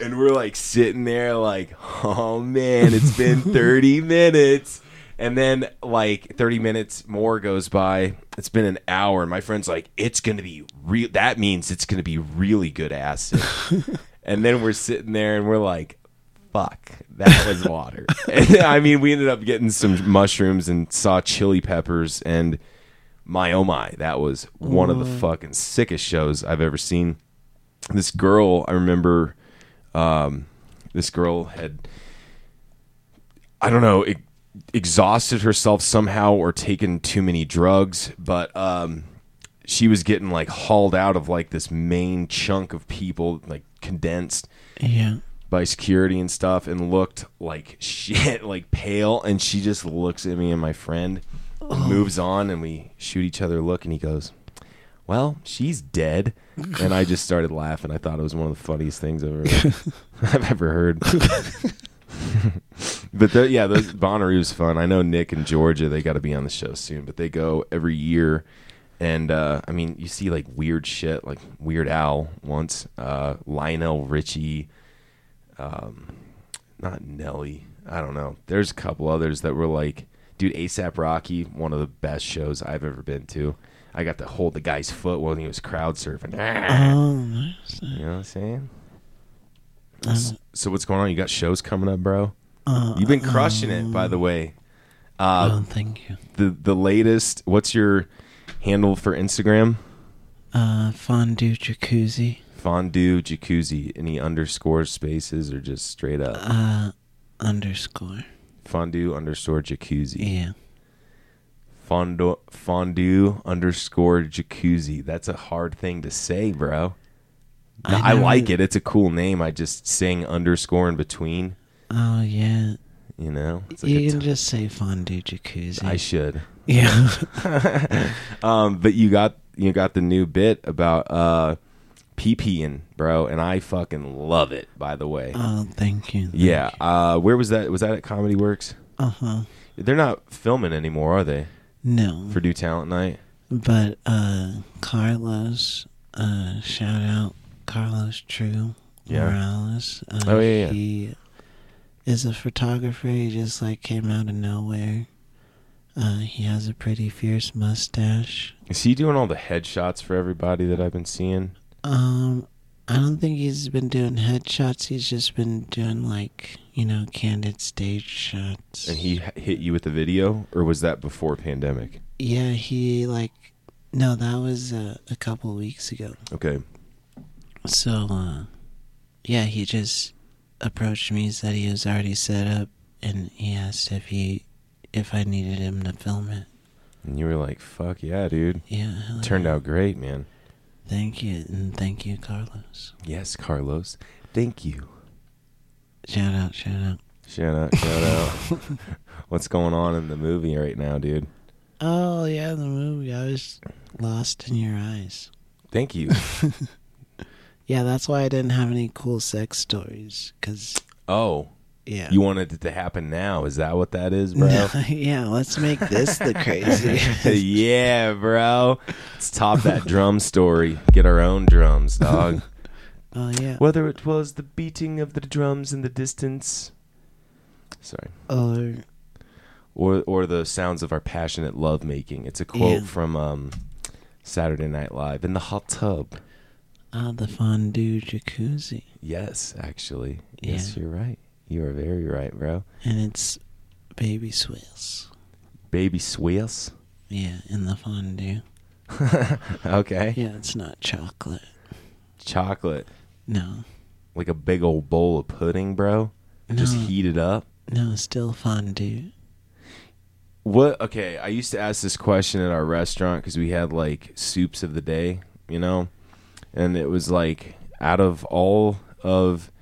Speaker 1: and we're like sitting there like oh man it's been 30 minutes and then like 30 minutes more goes by it's been an hour and my friend's like it's gonna be real that means it's gonna be really good acid and then we're sitting there and we're like fuck, that was water. And, I mean, we ended up getting some mushrooms and saw chili peppers, and my oh my, that was one of the fucking sickest shows I've ever seen. This girl, I remember, um, this girl had, I don't know, e- exhausted herself somehow or taken too many drugs, but um, she was getting like hauled out of like this main chunk of people, like condensed
Speaker 4: Yeah.
Speaker 1: by security and stuff and looked like shit, like pale. And she just looks at me and my friend moves on and we shoot each other a look and he goes, Well, she's dead. And I just started laughing. I thought it was one of the funniest things I've ever, I've ever heard. but the, yeah, those Bonnaroo was fun. I know Nick and Georgia, they got to be on the show soon, but they go every year. And uh, I mean, you see like weird shit, like Weird Al once, uh, Lionel Richie, not Nelly. I don't know. There's a couple others that were like, dude, ASAP Rocky, one of the best shows I've ever been to. I got to hold the guy's foot while he was crowd surfing.
Speaker 4: Oh, nice.
Speaker 1: You know what I'm saying? S- So what's going on? You got shows coming up, bro?
Speaker 4: Uh,
Speaker 1: You've been crushing it, by the way.
Speaker 4: oh, thank you.
Speaker 1: The the latest. What's your handle for Instagram?
Speaker 4: Uh, fondue jacuzzi.
Speaker 1: Fondue Jacuzzi. Any underscores, spaces, or just straight up
Speaker 4: Uh, underscore.
Speaker 1: Fondue underscore Jacuzzi.
Speaker 4: Yeah.
Speaker 1: Fondue, fondue underscore jacuzzi. That's a hard thing to say, bro. No, I,
Speaker 4: never-
Speaker 1: like it. It's a cool name. I just sing underscore in between.
Speaker 4: Oh yeah.
Speaker 1: You know, it's like a
Speaker 4: You can
Speaker 1: t-
Speaker 4: just say fondue jacuzzi.
Speaker 1: I should.
Speaker 4: yeah.
Speaker 1: Um, but you got you got the new bit about uh, pee-peeing, bro, and I fucking love it. By the way,
Speaker 4: oh, thank you.
Speaker 1: yeah. Uh, where was that? Was that at Comedy Works?
Speaker 4: Uh huh.
Speaker 1: They're not filming anymore, are they?
Speaker 4: No.
Speaker 1: For New Talent Night.
Speaker 4: But uh, Carlos, uh, shout out Carlos True
Speaker 1: Yeah.
Speaker 4: Morales. Uh,
Speaker 1: Oh, yeah, yeah.
Speaker 4: He is a photographer. He just like came out of nowhere. Uh, he has a pretty fierce mustache.
Speaker 1: Is he doing all the headshots for everybody that I've been seeing?
Speaker 4: Um, I don't think he's been doing headshots. He's just been doing like you know candid stage shots.
Speaker 1: and he h- hit you with the video or was that before pandemic
Speaker 4: yeah, he like no, that was uh, a couple weeks ago.
Speaker 1: okay
Speaker 4: So, uh, yeah, he just approached me, said he was already set up, and he asked if he, if I needed him to film it.
Speaker 1: and you were like fuck yeah dude
Speaker 4: Yeah, hell
Speaker 1: turned out great man
Speaker 4: yeah. Thank you, and thank you, Carlos.
Speaker 1: yes carlos thank you
Speaker 4: Shout out, shout out.
Speaker 1: shout out shout out what's going on in the movie right now dude
Speaker 4: Oh yeah, the movie. I was lost in your eyes.
Speaker 1: thank you
Speaker 4: Yeah, that's why I didn't have any cool sex stories. Cause
Speaker 1: oh
Speaker 4: yeah,
Speaker 1: you wanted it to happen now is that what that is bro
Speaker 4: yeah. Let's make this the crazy.
Speaker 1: yeah bro let's top that drum story get our own drums dog
Speaker 4: oh yeah.
Speaker 1: whether it was the beating of the drums in the distance sorry
Speaker 4: Or
Speaker 1: or or the sounds of our passionate love making. It's a quote
Speaker 4: Yeah.
Speaker 1: from um, Saturday Night Live in the hot tub.
Speaker 4: uh, the fondue jacuzzi.
Speaker 1: Yes, actually, yes,
Speaker 4: Yeah.
Speaker 1: you're right. You are very right, bro.
Speaker 4: and it's baby swills.
Speaker 1: Baby Swiss.
Speaker 4: Yeah, in the fondue.
Speaker 1: Okay,
Speaker 4: Yeah, it's not chocolate.
Speaker 1: chocolate
Speaker 4: No,
Speaker 1: like a big old bowl of pudding, bro. Just
Speaker 4: No.
Speaker 1: heat it up.
Speaker 4: no, it's still fondue.
Speaker 1: What? Okay, I used to ask this question at our restaurant because we had like soups of the day, you know, and it was like out of all of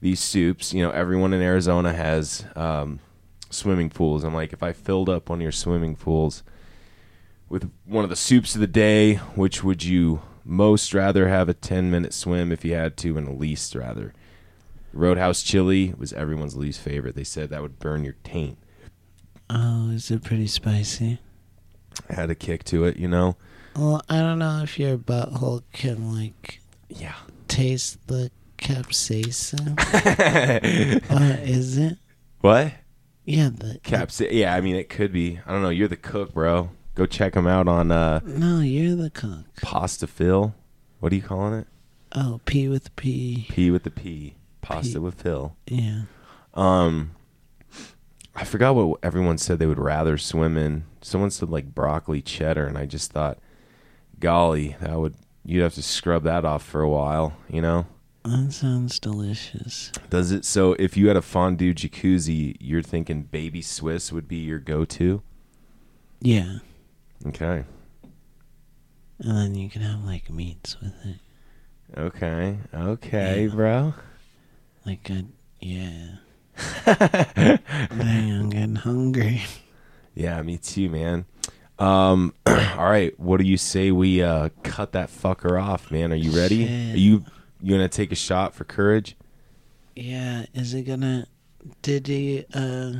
Speaker 1: these soups, you know, everyone in Arizona has um, swimming pools. I'm like, if I filled up one of your swimming pools with one of the soups of the day, which would you most rather have a 10 minute swim if you had to, and least rather? Roadhouse chili was everyone's least favorite. They said that would burn your taint
Speaker 4: Oh, is it pretty spicy?
Speaker 1: had a kick to it, you know.
Speaker 4: Well, I don't know if your butthole can like
Speaker 1: Yeah.
Speaker 4: taste the capsaicin. or is it?
Speaker 1: What?
Speaker 4: Yeah, the
Speaker 1: Caps. Yeah, I mean it could be. I don't know. You're the cook, bro. Go check him out on uh
Speaker 4: No, you're the cook.
Speaker 1: Pasta Phil. What are you calling it?
Speaker 4: Oh, P with P.
Speaker 1: P with the P. Pasta
Speaker 4: P.
Speaker 1: with Phil. Um,
Speaker 4: Yeah.
Speaker 1: I forgot what everyone said they would rather swim in. Someone said like broccoli cheddar, and I just thought, golly, that would you'd have to scrub that off for a while, you know?
Speaker 4: That sounds delicious.
Speaker 1: Does it? So if you had a fondue jacuzzi, you're thinking baby Swiss would be your go-to.
Speaker 4: Yeah.
Speaker 1: Okay.
Speaker 4: And then you can have like meats with it.
Speaker 1: Okay. Okay, bro.
Speaker 4: Like a yeah. Dang, I'm getting hungry.
Speaker 1: Yeah, me too, man. Um, all right. What do you say we uh, cut that fucker off, man? Are you ready?
Speaker 4: Shit.
Speaker 1: Are you you gonna take a shot for courage?
Speaker 4: Yeah, is it gonna did he uh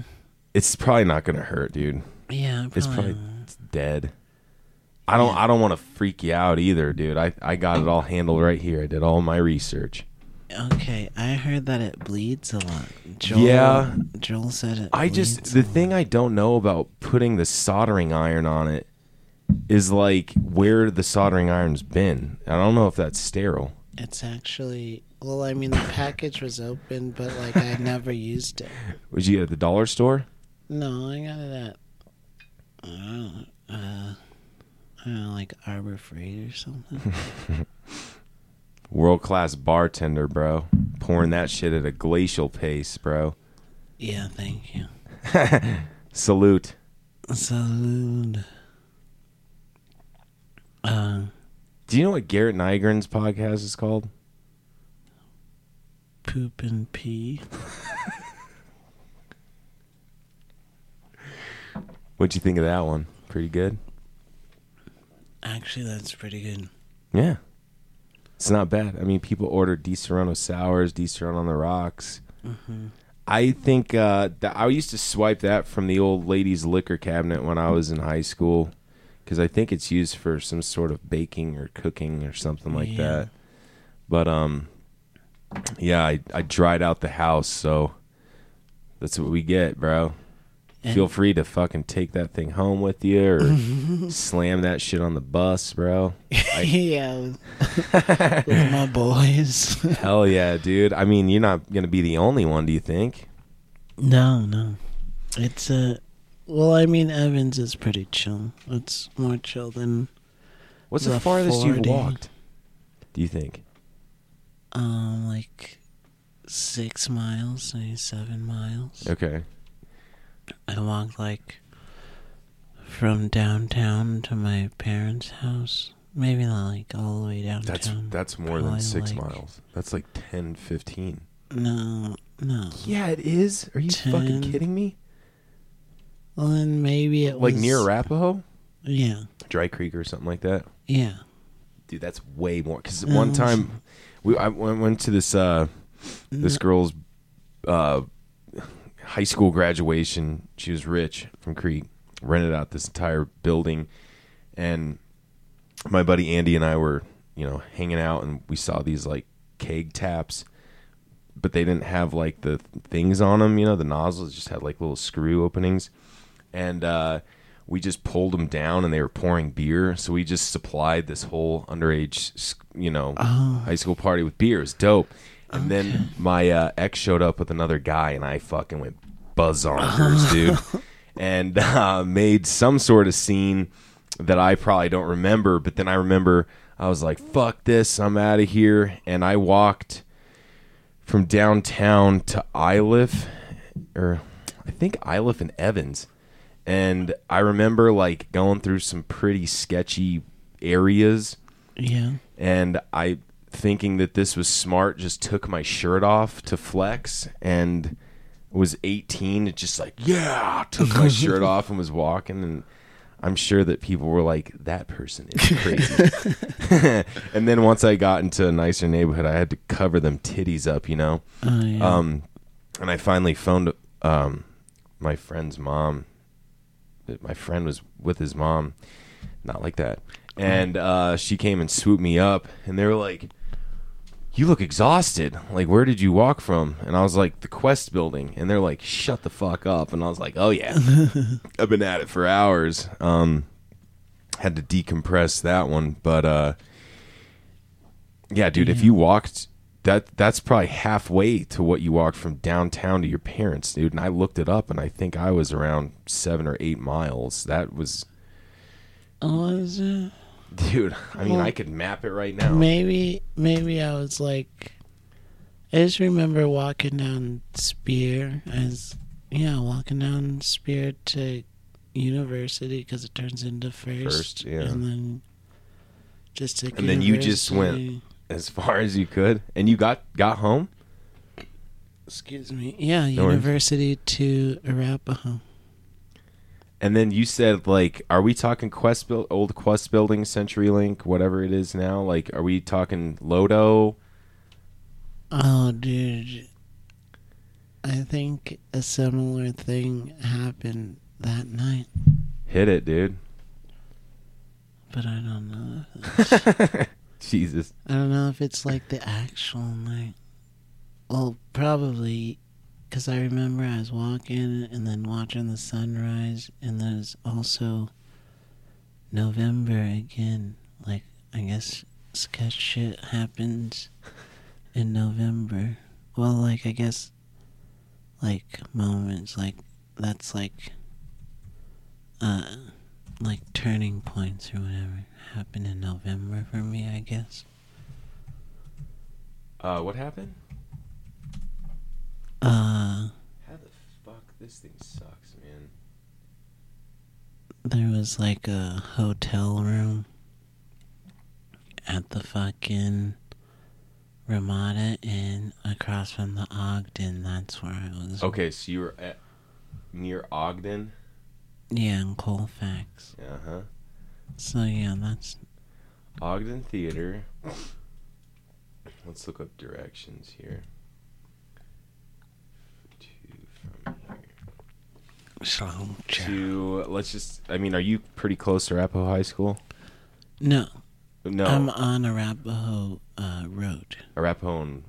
Speaker 1: It's probably not gonna hurt, dude.
Speaker 4: yeah, probably,
Speaker 1: It's probably it's dead. I don't I don't want to freak you out either, dude. I I got it all handled right here. I did all my research.
Speaker 4: Okay, I heard that it bleeds a lot. Joel,
Speaker 1: Yeah.
Speaker 4: Joel said it.
Speaker 1: I
Speaker 4: bleeds
Speaker 1: just
Speaker 4: a
Speaker 1: the
Speaker 4: lot.
Speaker 1: thing I don't know about putting the soldering iron on it is like where the soldering iron's been. I don't know if that's sterile.
Speaker 4: It's actually well, I mean the package was open, but like I never used it.
Speaker 1: Was you at the dollar store?
Speaker 4: No, I got it at I don't know, uh, I don't know, like Arbor Freight or something.
Speaker 1: World class bartender, bro. Pouring that shit at a glacial pace, bro.
Speaker 4: yeah, thank you.
Speaker 1: Salute.
Speaker 4: Salud. Uh,
Speaker 1: Do you know what Garrett Nygren's podcast is called?
Speaker 4: poop and pee.
Speaker 1: What'd you think of that one? Pretty good.
Speaker 4: Actually, that's pretty good.
Speaker 1: Yeah. It's not bad. I mean, people order Di Serrano sours, Di Serrano on the rocks.
Speaker 4: Mm-hmm.
Speaker 1: I think uh, th- I used to swipe that from the old ladies' liquor cabinet when I was in high school because I think it's used for some sort of baking or cooking or something like
Speaker 4: Yeah.
Speaker 1: that. But um, yeah, I, I dried out the house, so that's what we get, bro.
Speaker 4: And-
Speaker 1: Feel free to fucking take that thing home with you or slam that shit on the bus, bro.
Speaker 4: yeah, with, with my boys.
Speaker 1: Hell yeah, dude. I mean, you're not going to be the only one, do you think?
Speaker 4: no, no, it's a. Well, I mean, Evans is pretty chill. It's more chill than
Speaker 1: What's the,
Speaker 4: The
Speaker 1: farthest you've
Speaker 4: 40.
Speaker 1: walked? Do you think?
Speaker 4: um like six miles, maybe seven miles.
Speaker 1: Okay.
Speaker 4: I walked like from downtown to my parents' house. Maybe not like all the way
Speaker 1: That's
Speaker 4: downtown.
Speaker 1: that's more than
Speaker 4: Probably
Speaker 1: 6
Speaker 4: like-
Speaker 1: miles. That's like 10, 15.
Speaker 4: No, no.
Speaker 1: Yeah, it is. Are you fucking
Speaker 4: 10.
Speaker 1: kidding me?
Speaker 4: Well, then maybe it
Speaker 1: Like
Speaker 4: was
Speaker 1: near Arapahoe?
Speaker 4: Yeah,
Speaker 1: Dry Creek or something like that?
Speaker 4: yeah.
Speaker 1: Dude, that's way more cuz one time we I went, went to this uh this girl's uh high school graduation. She was rich from Crete, rented out this entire building, and my buddy Andy and I were, you know, hanging out, and we saw these like keg taps, but they didn't have like the things on them. You know, the nozzles just had like little screw openings, and uh, we just pulled them down, and they were pouring beer. So we just supplied this whole underage, s- you know, high school party with beer. It was dope. And then my uh, ex showed up with another guy, and I fucking went buzzonkers, dude, and uh, made some sort of scene that I probably don't remember. But then I remember I was like, "Fuck this, I'm out of here," and I walked from downtown to Iliff, or I think Iliff and Evans. And I remember like going through some pretty sketchy areas
Speaker 4: Yeah.
Speaker 1: and I thinking that this was smart just took my shirt off to flex and was 18 It just like yeah took my shirt off and was walking and I'm sure that people were like that person is crazy and then once I got into a nicer neighborhood I had to cover them titties up you know
Speaker 4: Oh, yeah.
Speaker 1: um, and I finally phoned um, my friend's mom. That My friend was with his mom, not like that. And uh, she came and swooped me up, and they were like, "You look exhausted. Like, where did you walk from?" And I was like, "The Quest Building." And they're like, "Shut the fuck up!" And I was like, "Oh yeah, I've been at it for hours." Um, had to decompress that one, but uh, yeah, dude, if you walked that that's probably halfway to what you walked from downtown to your parents, dude. And I looked it up, and I think I was around seven or eight miles. That was,
Speaker 4: Oh, is it?
Speaker 1: dude. I mean,
Speaker 4: Well,
Speaker 1: I could map it right now.
Speaker 4: Maybe, maybe I was like, I just remember walking down Spear as, yeah, walking down Spear to university because it turns into first,
Speaker 1: First, yeah.
Speaker 4: and then just to
Speaker 1: And then you just went- As far as you could, and you got got home.
Speaker 4: Excuse me, yeah,
Speaker 1: No worries.
Speaker 4: university to Arapahoe.
Speaker 1: And then you said, like, are we talking Quest build, old Quest building, CenturyLink, whatever it is now? Like, are we talking Lodo?
Speaker 4: Oh, dude. I think a similar thing happened that night,
Speaker 1: Hit it, dude.
Speaker 4: but I don't know.
Speaker 1: Jesus.
Speaker 4: I don't know if it's like the actual night. Well, probably, because I remember I was walking and then watching the sunrise, and there's also November again. Like, I guess sketch shit happens in November. Well, like, I guess, like, moments, like, that's like, uh, like turning points or whatever happened in November for me, I guess.
Speaker 1: Uh, what happened?
Speaker 4: Uh,
Speaker 1: How the fuck this thing sucks, man.
Speaker 4: there was like a hotel room at the fucking Ramada Inn across from the Ogden. That's where I was.
Speaker 1: Okay, so you were at near Ogden.
Speaker 4: Yeah, in Colfax.
Speaker 1: Uh huh.
Speaker 4: So yeah, that's
Speaker 1: Ogden Theater. Let's look up directions here. To from here.
Speaker 4: Songcha.
Speaker 1: To let's just. I mean, are you pretty close to Arapahoe High School?
Speaker 4: No,
Speaker 1: No,
Speaker 4: I'm on Arapahoe uh, Road,
Speaker 1: Arapahoe. and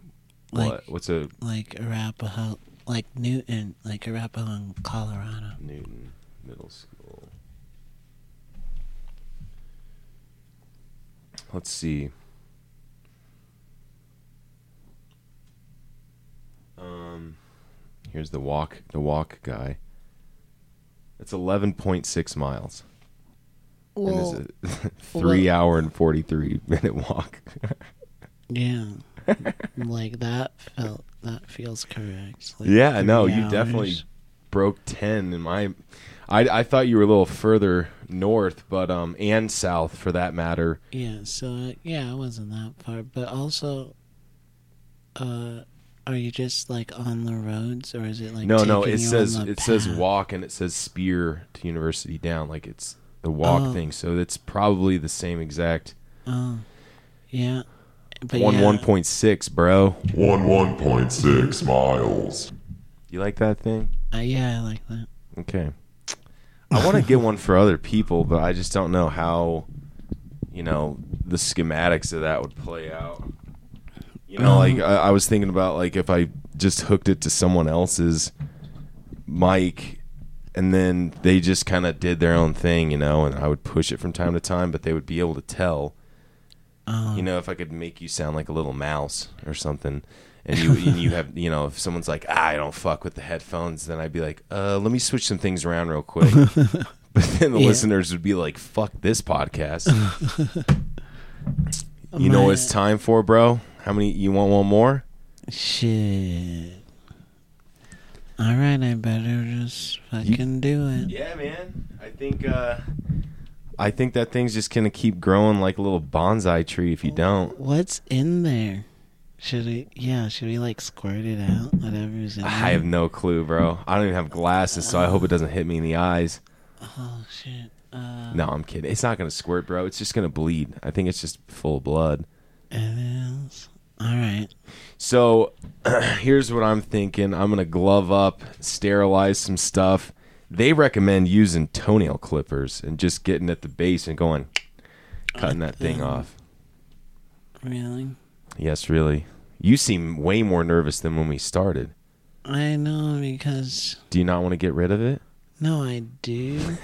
Speaker 4: Like-
Speaker 1: what? What's a
Speaker 4: like Arapahoe, like Newton, like Arapahoe, in Colorado.
Speaker 1: Newton Middle School? Let's see. Um, here's the walk. The walk guy. It's eleven point six miles. and it's a three hour and forty three minute walk.
Speaker 4: Yeah. like that felt that feels correct. Like
Speaker 1: yeah, no,
Speaker 4: three
Speaker 1: you
Speaker 4: hours.
Speaker 1: definitely broke ten in my. I I thought you were a little further north, but um, and south for that matter.
Speaker 4: Yeah, so uh, yeah, I wasn't that far, but also uh are you just like on the roads or is it like
Speaker 1: no, no,
Speaker 4: taking
Speaker 1: it
Speaker 4: you on
Speaker 1: says
Speaker 4: the
Speaker 1: it says
Speaker 4: path?
Speaker 1: walk and it says spear to university down. Like it's the walk
Speaker 4: Oh.
Speaker 1: thing, so it's probably the same exact
Speaker 4: Oh. Yeah. But
Speaker 1: one
Speaker 4: yeah,
Speaker 1: one point six, bro.
Speaker 3: 11.6 miles.
Speaker 1: You like that thing?
Speaker 4: uh, yeah, I like that.
Speaker 1: Okay. I want to get one for other people, but I just don't know how, you know, the schematics of that would play out. You
Speaker 4: Um,
Speaker 1: know, like I, I was thinking about like if I just hooked it to someone else's mic and then they just kind of did their own thing, you know, and I would push it from time to time, but they would be able to tell.
Speaker 4: Um,
Speaker 1: You know, if I could make you sound like a little mouse or something, and you and you have you know, if someone's like, ah, I don't fuck with the headphones, then I'd be like, uh, let me switch some things around real quick. but then the
Speaker 4: Yeah.
Speaker 1: listeners would be like, fuck this podcast. you know what it's time for, bro? How many? You want one more?
Speaker 4: shit. All right, I better just fucking do it.
Speaker 1: Yeah, man. I think uh, I think that thing's just gonna keep growing like a little bonsai tree if you don't.
Speaker 4: What's in there? Should we? Yeah, should we like squirt it out? Whatever's in there.
Speaker 1: I have no clue, bro. I don't even have glasses, so I hope it doesn't hit me in the eyes.
Speaker 4: Oh shit. Uh,
Speaker 1: No, I'm kidding. It's not gonna squirt, bro. It's just gonna bleed. I think it's just full of blood.
Speaker 4: it is. All right.
Speaker 1: So here's what I'm thinking. I'm gonna glove up, sterilize some stuff. They recommend using toenail clippers and just getting at the base and going cutting that thing off.
Speaker 4: Really?
Speaker 1: Yes, really. You seem way more nervous than when we started.
Speaker 4: I know because
Speaker 1: Do you not want to get rid of it?
Speaker 4: no, I do.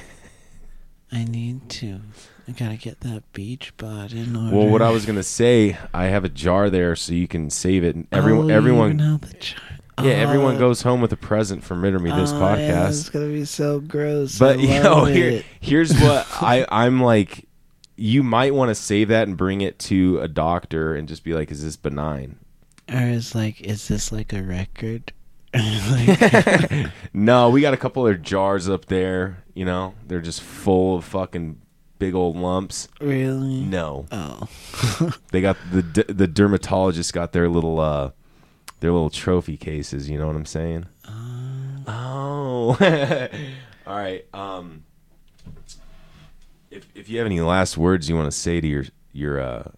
Speaker 4: I need to. I gotta get that beach bod in order.
Speaker 1: Well, what I was gonna say, I have a jar there, so you can save it. And Everyone,
Speaker 4: Oh,
Speaker 1: everyone,
Speaker 4: You know the char-
Speaker 1: yeah, everyone
Speaker 4: Oh,
Speaker 1: goes home with a present from Ritter Me This
Speaker 4: oh, Yeah, it's
Speaker 1: podcast.
Speaker 4: gonna be so gross.
Speaker 1: but
Speaker 4: I
Speaker 1: you know,
Speaker 4: love
Speaker 1: here,
Speaker 4: it.
Speaker 1: here's what I, I'm like. You might want to save that and bring it to a doctor and just be like, "Is this benign?"
Speaker 4: or is like, is this like a record? like,
Speaker 1: No, we got a couple of jars up there. You know, they're just full of fucking big old lumps.
Speaker 4: really?
Speaker 1: No,
Speaker 4: Oh,
Speaker 1: they got the d- the dermatologist got their little uh their little trophy cases you know what i'm saying oh all right um if if you have any last words you want to say to your your uh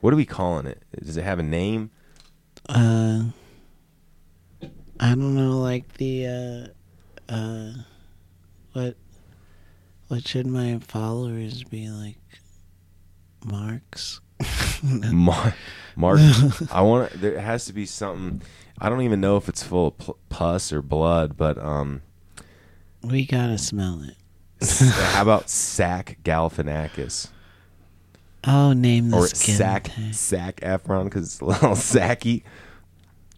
Speaker 1: what are we calling it does it have a name
Speaker 4: uh, I don't know. Like the uh, uh, what? What should my followers be like? Marks.
Speaker 1: mark mark i want there has to be something i don't even know if it's full of pl- pus or blood but um
Speaker 4: We gotta smell it.
Speaker 1: how about sack galifianakis
Speaker 4: Oh, name
Speaker 1: or
Speaker 4: this skin
Speaker 1: sack
Speaker 4: tag.
Speaker 1: sack Efron because it's a little sacky.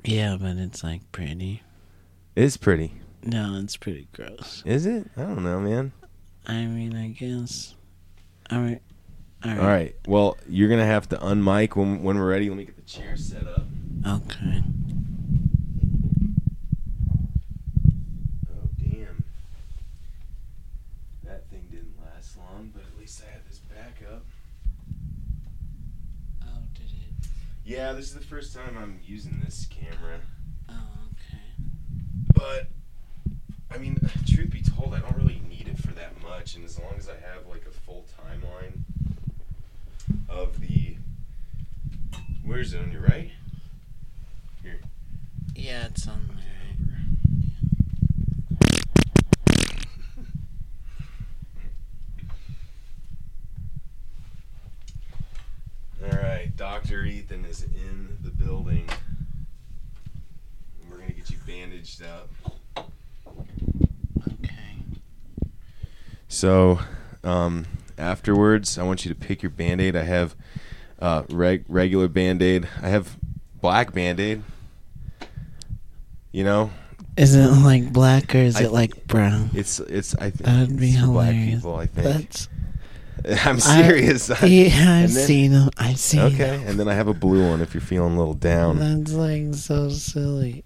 Speaker 4: Yeah, but it's like pretty.
Speaker 1: It's pretty,
Speaker 4: No, it's pretty gross.
Speaker 1: is it? I don't know, man.
Speaker 4: I mean, I guess. All right. All
Speaker 1: All right, well, you're gonna have to unmic when when we're ready. Let me get the chair set up.
Speaker 4: Okay.
Speaker 1: Oh damn, that thing didn't last long, but at least I had this backup.
Speaker 4: Oh, did it?
Speaker 1: Yeah, this is the first time I'm using this camera,
Speaker 4: Oh, okay.
Speaker 1: but I mean, truth be told, I don't really need it for that much, and as long as I have like a full timeline of the, where's it on your right?
Speaker 4: Yeah, it's on my right.
Speaker 1: All right, Dr. Ethan is in the building. We're going to get you bandaged up.
Speaker 4: Okay.
Speaker 1: So, um, afterwards, I want you to pick your band aid. I have uh, reg- regular band aid, I have black band aid. You know,
Speaker 4: Is it like black or is
Speaker 1: I-
Speaker 4: it like brown?
Speaker 1: it's it's I think
Speaker 4: That'd be
Speaker 1: it's for black
Speaker 4: hilarious.
Speaker 1: people. I think
Speaker 4: That's
Speaker 1: I'm serious.
Speaker 4: I, yeah, I've
Speaker 1: And then-
Speaker 4: seen them. I've seen
Speaker 1: okay, Um, and then I have a blue one if you're feeling a little
Speaker 4: them.
Speaker 1: down.
Speaker 4: That's like so silly.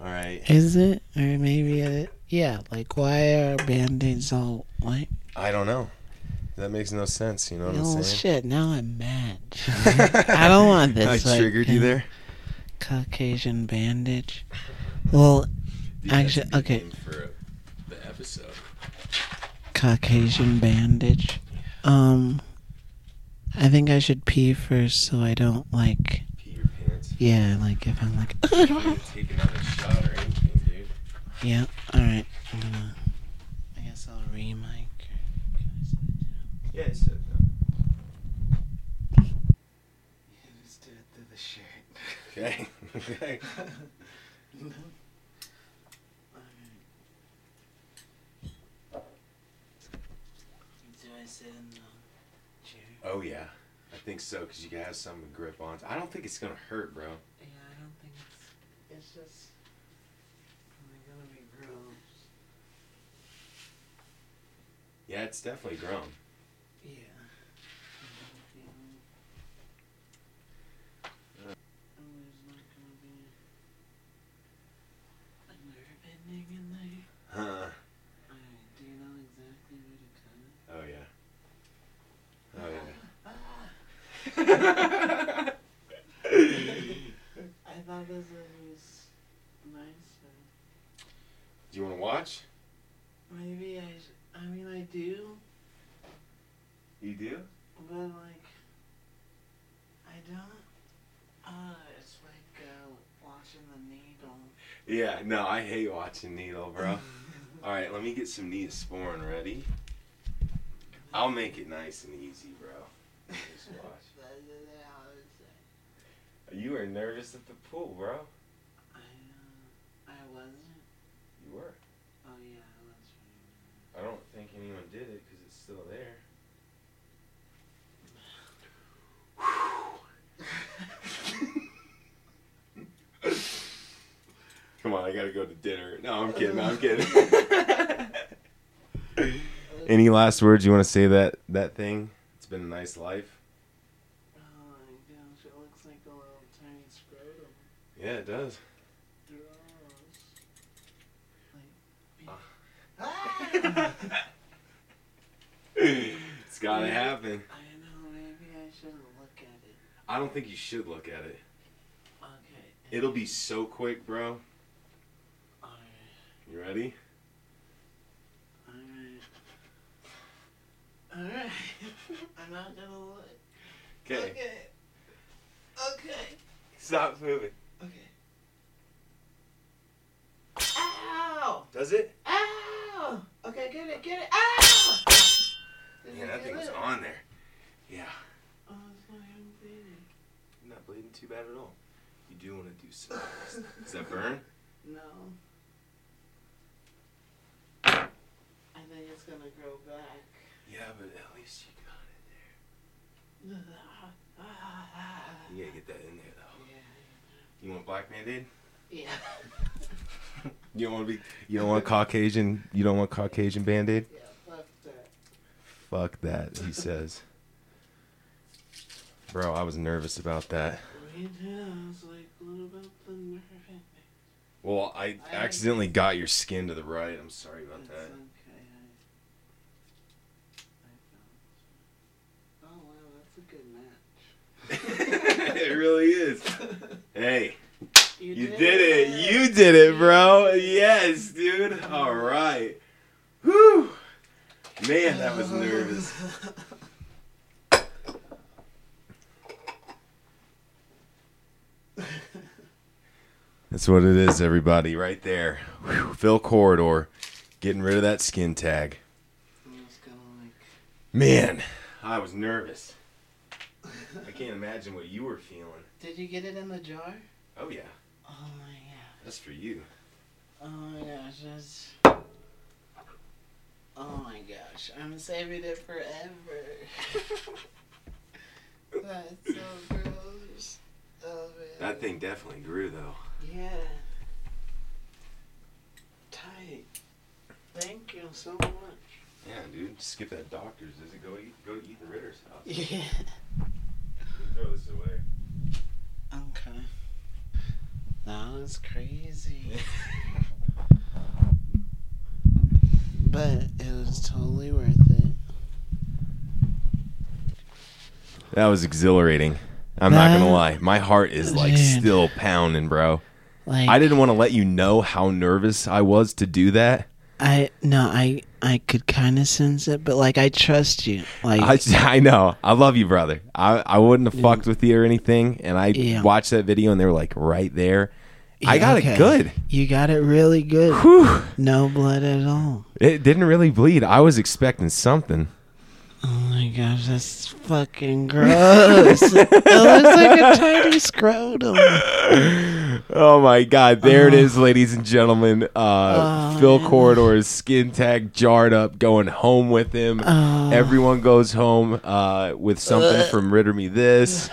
Speaker 1: All right,
Speaker 4: Is it? Or maybe it. Yeah, like why are band aids all white?
Speaker 1: I don't know. That makes no sense. You know what I'm
Speaker 4: Oh
Speaker 1: saying?
Speaker 4: shit! Now I'm mad. I don't want this.
Speaker 1: I
Speaker 4: like,
Speaker 1: triggered you there.
Speaker 4: Caucasian bandage. Well, actually, okay,
Speaker 1: For the episode.
Speaker 4: Caucasian bandage. Um, I think I should pee first so I don't like.
Speaker 1: Pee your pants.
Speaker 4: Yeah, like if I'm like,
Speaker 1: Take another shot or anything, dude.
Speaker 4: yeah. All right. I'm gonna, I guess I'll re-mic. or can I sit it down?
Speaker 1: Yeah, it's uh,
Speaker 4: Yeah, just do it through the shirt.
Speaker 1: okay. okay.
Speaker 4: Do I sit in the chair?
Speaker 1: Oh yeah, I think so because you can have some grip on. I don't think it's gonna hurt, bro.
Speaker 4: Yeah, I don't think it's. It's just. They're gonna be gross.
Speaker 1: Yeah, it's definitely grown.
Speaker 4: Yeah.
Speaker 1: Huh. Oh yeah. Oh yeah.
Speaker 4: I thought this was nicer.
Speaker 1: Do you want to watch?
Speaker 4: Maybe I. Sh- I mean, I do,
Speaker 1: You do?
Speaker 4: but like, I don't. Uh, it's like uh, watching the needle.
Speaker 1: Yeah. No, I hate watching needle, bro. All right, let me get some neosporin ready. I'll make it nice and easy, bro. Just watch. You were nervous at the pool, bro.
Speaker 4: I, uh, I wasn't.
Speaker 1: You were.
Speaker 4: Oh yeah, I was.
Speaker 1: I don't think anyone did it because it's still there. I gotta go to dinner. No, I'm kidding. I'm kidding. Any last words you want to say that that thing? It's been a nice life.
Speaker 4: Oh my gosh, it looks like a little tiny scrotum.
Speaker 1: Yeah, it does.
Speaker 4: Ah!
Speaker 1: It's gotta happen.
Speaker 4: I know, maybe I shouldn't look at it.
Speaker 1: I don't think you should look at it.
Speaker 4: Okay.
Speaker 1: It'll be so quick, bro.
Speaker 4: Alright.
Speaker 1: You ready?
Speaker 4: Alright. Alright. I'm not gonna look.
Speaker 1: Okay.
Speaker 4: Okay. Okay.
Speaker 1: Stop moving.
Speaker 4: Okay. Ow!
Speaker 1: Does it?
Speaker 4: Ow! Okay, get it, get it. Ow! Did
Speaker 1: Yeah,
Speaker 4: you
Speaker 1: that
Speaker 4: get
Speaker 1: thing was
Speaker 4: it?
Speaker 1: on there. Yeah.
Speaker 4: Oh, it's my own baby.
Speaker 1: You're not bleeding too bad at all. You do want to do some. Does that burn?
Speaker 4: No. I think it's gonna grow back.
Speaker 1: Yeah, but at least you got it
Speaker 4: Ah,
Speaker 1: there.
Speaker 4: Yeah.
Speaker 1: You gotta get that in there though. You want black mandate?
Speaker 4: Yeah.
Speaker 1: You don't want to be. You don't want Caucasian. You don't want Caucasian Band-Aid.
Speaker 4: Yeah, fuck that.
Speaker 1: Fuck that. He says. Bro, I was nervous about that.
Speaker 4: Me too. I was like, what about the nerve? ending?
Speaker 1: Well, I accidentally got your skin to the right. I'm sorry about
Speaker 4: It's
Speaker 1: that.
Speaker 4: okay. I, I found Oh, wow, that's a good match.
Speaker 1: it really is. Hey, you did it.
Speaker 4: it.
Speaker 1: You did it, bro. Yes, dude. All right. Whew. Man, that was nervous. That's what it is, everybody. Right there. Whew. Phil Corridor getting rid of that skin tag.
Speaker 4: I was gonna like,
Speaker 1: Man, I was nervous. I can't imagine what you were feeling.
Speaker 4: did you get it in the jar?
Speaker 1: Oh, yeah.
Speaker 4: Oh my god.
Speaker 1: That's for you.
Speaker 4: Oh my gosh, that's. Oh my gosh, I'm saving it forever. that's so gross. Oh man.
Speaker 1: That thing definitely grew, though.
Speaker 4: Yeah. Tight. Thank you so much.
Speaker 1: Yeah, dude. Skip that doctor's. Does it go eat, go to eat the Ritter's house?
Speaker 4: Yeah.
Speaker 1: Throw this away.
Speaker 4: Okay. That was crazy. but it was totally worth it.
Speaker 1: That was exhilarating. I'm not gonna
Speaker 4: That-
Speaker 1: lie. My heart is like
Speaker 4: Man.
Speaker 1: still pounding, bro.
Speaker 4: Like
Speaker 1: I didn't want to let you know how nervous I was to do that.
Speaker 4: I no, I I could kind of sense it, but like I trust you. Like
Speaker 1: I, I know. I love you, brother. I, I wouldn't have fucked with you or anything. And I
Speaker 4: Yeah.
Speaker 1: watched that video and they were like right there. I
Speaker 4: Yeah,
Speaker 1: got
Speaker 4: okay.
Speaker 1: it good.
Speaker 4: You got it really good.
Speaker 1: Whew.
Speaker 4: No blood at all.
Speaker 1: It didn't really bleed. I was expecting something.
Speaker 4: Oh my gosh, that's fucking gross. it looks like a tiny scrotum.
Speaker 1: Oh my God! There it is, ladies and gentlemen. Uh,
Speaker 4: Uh. Oh,
Speaker 1: Phil
Speaker 4: man.
Speaker 1: Corridor's skin tag jarred up, going home with him.
Speaker 4: Oh.
Speaker 1: Everyone goes home uh, with something from Ritter Me This.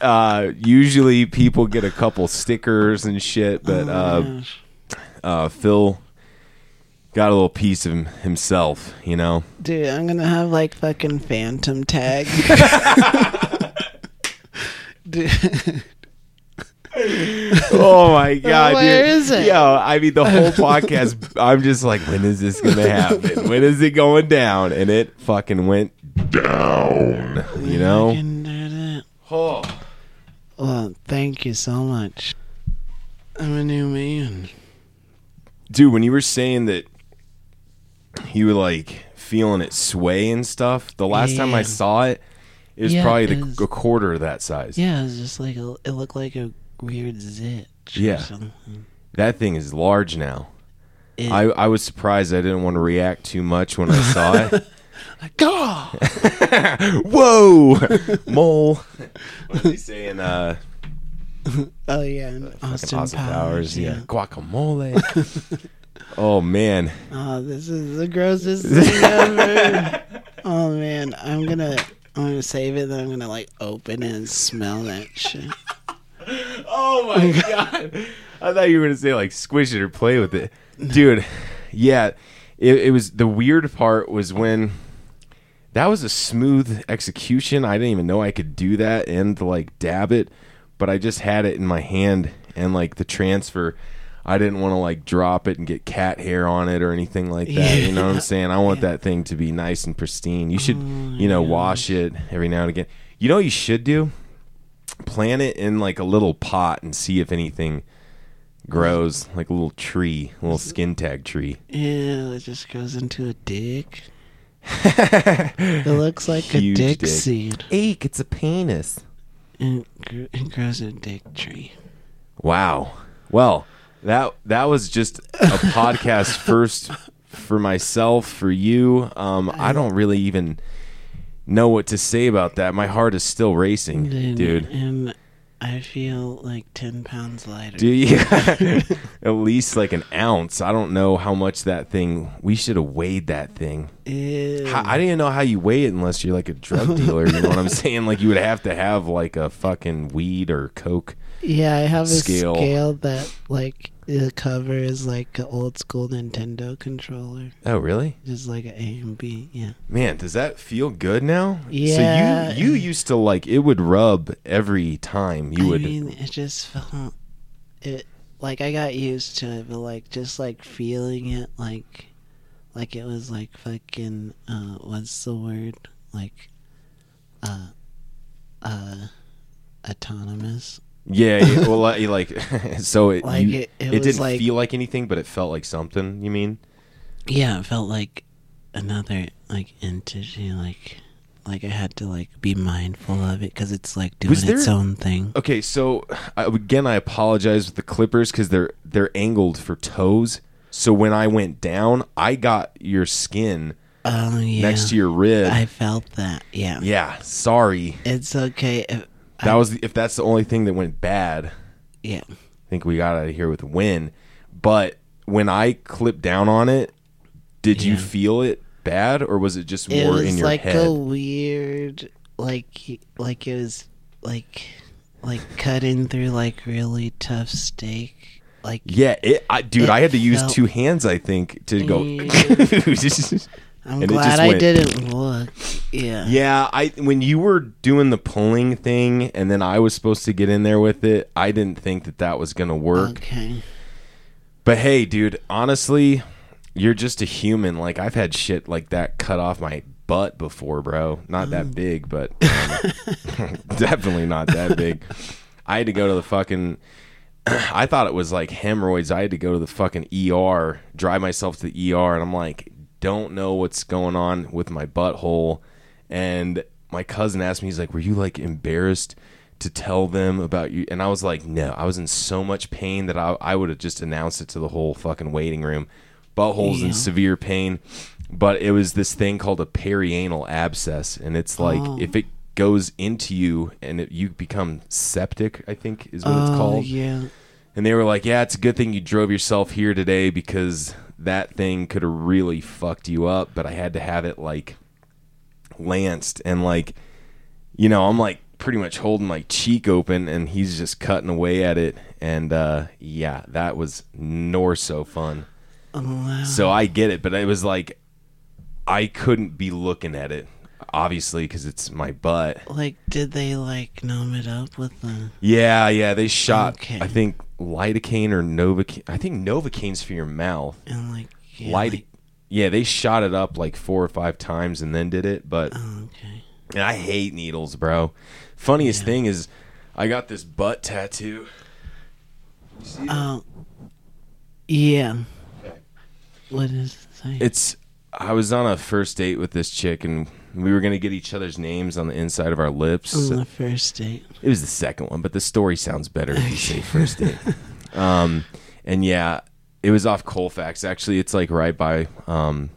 Speaker 1: uh, usually, people get a couple stickers and shit, but uh,
Speaker 4: Oh, Gosh.
Speaker 1: uh, Phil got a little piece of him- himself. You know,
Speaker 4: Dude, I'm gonna have like fucking phantom tag. Dude.
Speaker 1: Oh my god,
Speaker 4: Where
Speaker 1: dude.
Speaker 4: is it?
Speaker 1: Yo, I mean the whole podcast I'm just like, when is this gonna happen? When is it going down? And it fucking went
Speaker 3: Down.
Speaker 1: you know?
Speaker 4: Fucking did it.
Speaker 1: Oh.
Speaker 4: Well, thank you so much. I'm a new man.
Speaker 1: Dude, when you were saying that you were like feeling it sway and stuff, the last time I
Speaker 4: Yeah.
Speaker 1: saw it, it was
Speaker 4: Yeah,
Speaker 1: probably
Speaker 4: it
Speaker 1: the,
Speaker 4: was-
Speaker 1: a quarter of that size.
Speaker 4: Yeah, it was just like a, it looked like a weird zit. or
Speaker 1: Yeah.
Speaker 4: something.
Speaker 1: That thing is large now.
Speaker 4: It-
Speaker 1: I, I was surprised I didn't want to react too much when I saw it.
Speaker 4: God.
Speaker 1: Whoa! Mole. what did he say in uh
Speaker 4: Oh yeah, and Austin,
Speaker 1: Austin, Austin
Speaker 4: Powers.
Speaker 1: Powers, yeah.
Speaker 4: yeah.
Speaker 1: Guacamole. oh man,
Speaker 4: Oh, this is the grossest thing ever. oh man, I'm gonna I'm gonna save it. Then I'm gonna like open it and smell that shit.
Speaker 1: oh my god, I thought you were gonna say like squish it or play with it, dude. Yeah, it, it was the weird part was when that was a smooth execution. I didn't even know I could do that and like dab it, but I just had it in my hand and like the transfer. I didn't want to like drop it and get cat hair on it or anything like that. You know what I'm saying? I want that thing to be nice and pristine. You should, you know, wash it every now and again. You know what you should do? Plant it in like a little pot and see if anything grows, like a little tree, a little skin tag tree.
Speaker 4: Yeah, it just goes into a dick. it looks like
Speaker 1: Huge
Speaker 4: a dick,
Speaker 1: dick.
Speaker 4: seed.
Speaker 1: Eek, it's a penis.
Speaker 4: And it gr- it grows a dick tree.
Speaker 1: Wow. Well, that that was just a podcast first for myself, for you. Um, I don't really even know what to say about that. My heart is still racing,
Speaker 4: And,
Speaker 1: dude.
Speaker 4: And I feel like 10 pounds lighter.
Speaker 1: Do you at least like an ounce? I don't know how much that thing. We should have weighed that thing.
Speaker 4: Ew.
Speaker 1: How, I didn't even know how you weigh it unless you're like a drug dealer. You know what I'm saying? Like you would have to have like a fucking weed or coke.
Speaker 4: Yeah, I have a
Speaker 1: Scale.
Speaker 4: scale, that like the cover is like an old school Nintendo controller,
Speaker 1: Oh, really?
Speaker 4: just like an A and B. Yeah,
Speaker 1: Man, does that feel good now?
Speaker 4: Yeah.
Speaker 1: So you you used to like it would rub every time you would.
Speaker 4: I mean, it just felt it like I got used to it, but like just like feeling it, like like it was like fucking uh, what's the word like uh uh autonomous.
Speaker 1: yeah, yeah, well, like, you like so it
Speaker 4: Like,
Speaker 1: you-
Speaker 4: it- it was
Speaker 1: didn't
Speaker 4: like-
Speaker 1: feel like anything, but it felt like something. You mean?
Speaker 4: Yeah, it felt like another like entity, like like I had to like be mindful of it because it's like doing
Speaker 1: Was there-
Speaker 4: its own thing.
Speaker 1: Okay, so I, again, I apologize with the clippers because they're they're angled for toes. So when I went down, I got your skin
Speaker 4: Oh yeah,
Speaker 1: next to your rib.
Speaker 4: I felt that. Yeah,
Speaker 1: yeah, sorry.
Speaker 4: it's okay. uh, If,
Speaker 1: That was the, if that's the only thing that went bad.
Speaker 4: yeah,
Speaker 1: think we got out of here with a win. But when I clipped down on it, did you
Speaker 4: Yeah.
Speaker 1: feel it bad or was it just
Speaker 4: it
Speaker 1: more
Speaker 4: was
Speaker 1: in your
Speaker 4: like
Speaker 1: head?
Speaker 4: a weird, like like it was like like cutting through like really tough steak. Like
Speaker 1: yeah, it, I, dude,
Speaker 4: it
Speaker 1: I had to use
Speaker 4: felt-
Speaker 1: two hands, I think, to go.
Speaker 4: I'm
Speaker 1: and it just
Speaker 4: glad I
Speaker 1: went-
Speaker 4: didn't look. Yeah,
Speaker 1: yeah, I when you were doing the pulling thing, and then I was supposed to get in there with it. I didn't think that that was gonna work.
Speaker 4: Okay.
Speaker 1: But hey, dude, honestly, you're just a human. Like I've had shit like that cut off my butt before, bro. Not that big, but um, definitely not that big. I had to go to the fucking. I thought it was like hemorrhoids. I had to go to the fucking ER, drive myself to the ER, and I'm like, don't know what's going on with my butthole. And my cousin asked me, he's like, were you like embarrassed to tell them about you? And I was like, no, I was in so much pain that I, I would have just announced it to the whole fucking waiting room. Butthole's in
Speaker 4: Yeah.
Speaker 1: severe pain, but it was this thing called a perianal abscess, and it's like
Speaker 4: Oh.
Speaker 1: if it goes into you and it, you become septic, I think is what it's
Speaker 4: Oh
Speaker 1: called.
Speaker 4: yeah.
Speaker 1: And they were like, "Yeah, it's a good thing you drove yourself here today because that thing could have really fucked you up." But I had to have it like lanced and like, you know, I'm like pretty much holding my cheek open, and he's just cutting away at it. And uh, yeah, that was nor so fun.
Speaker 4: Um,
Speaker 1: So I get it, but it was like I couldn't be looking at it, obviously, because it's my butt.
Speaker 4: Like, did they like numb it up with the?
Speaker 1: Yeah, yeah, they shot.
Speaker 4: Okay.
Speaker 1: I think lidocaine or novocaine. I think novocaine's for your mouth.
Speaker 4: And like, yeah,
Speaker 1: Lidoc-
Speaker 4: like-
Speaker 1: yeah, they shot it up like four or five times and then did it.
Speaker 4: Uh.
Speaker 1: But
Speaker 4: oh, okay.
Speaker 1: and I hate needles, bro. Funniest thing is, I got this butt tattoo.
Speaker 4: Oh, yeah. What is it say?
Speaker 1: It's I was on a first date with this chick and we were gonna get each other's names on the inside of our lips.
Speaker 4: on
Speaker 1: So-
Speaker 4: the first date.
Speaker 1: It was the second one, but the story sounds better if you say first date. Um, and yeah, it was off Colfax. Actually, it's like right by um,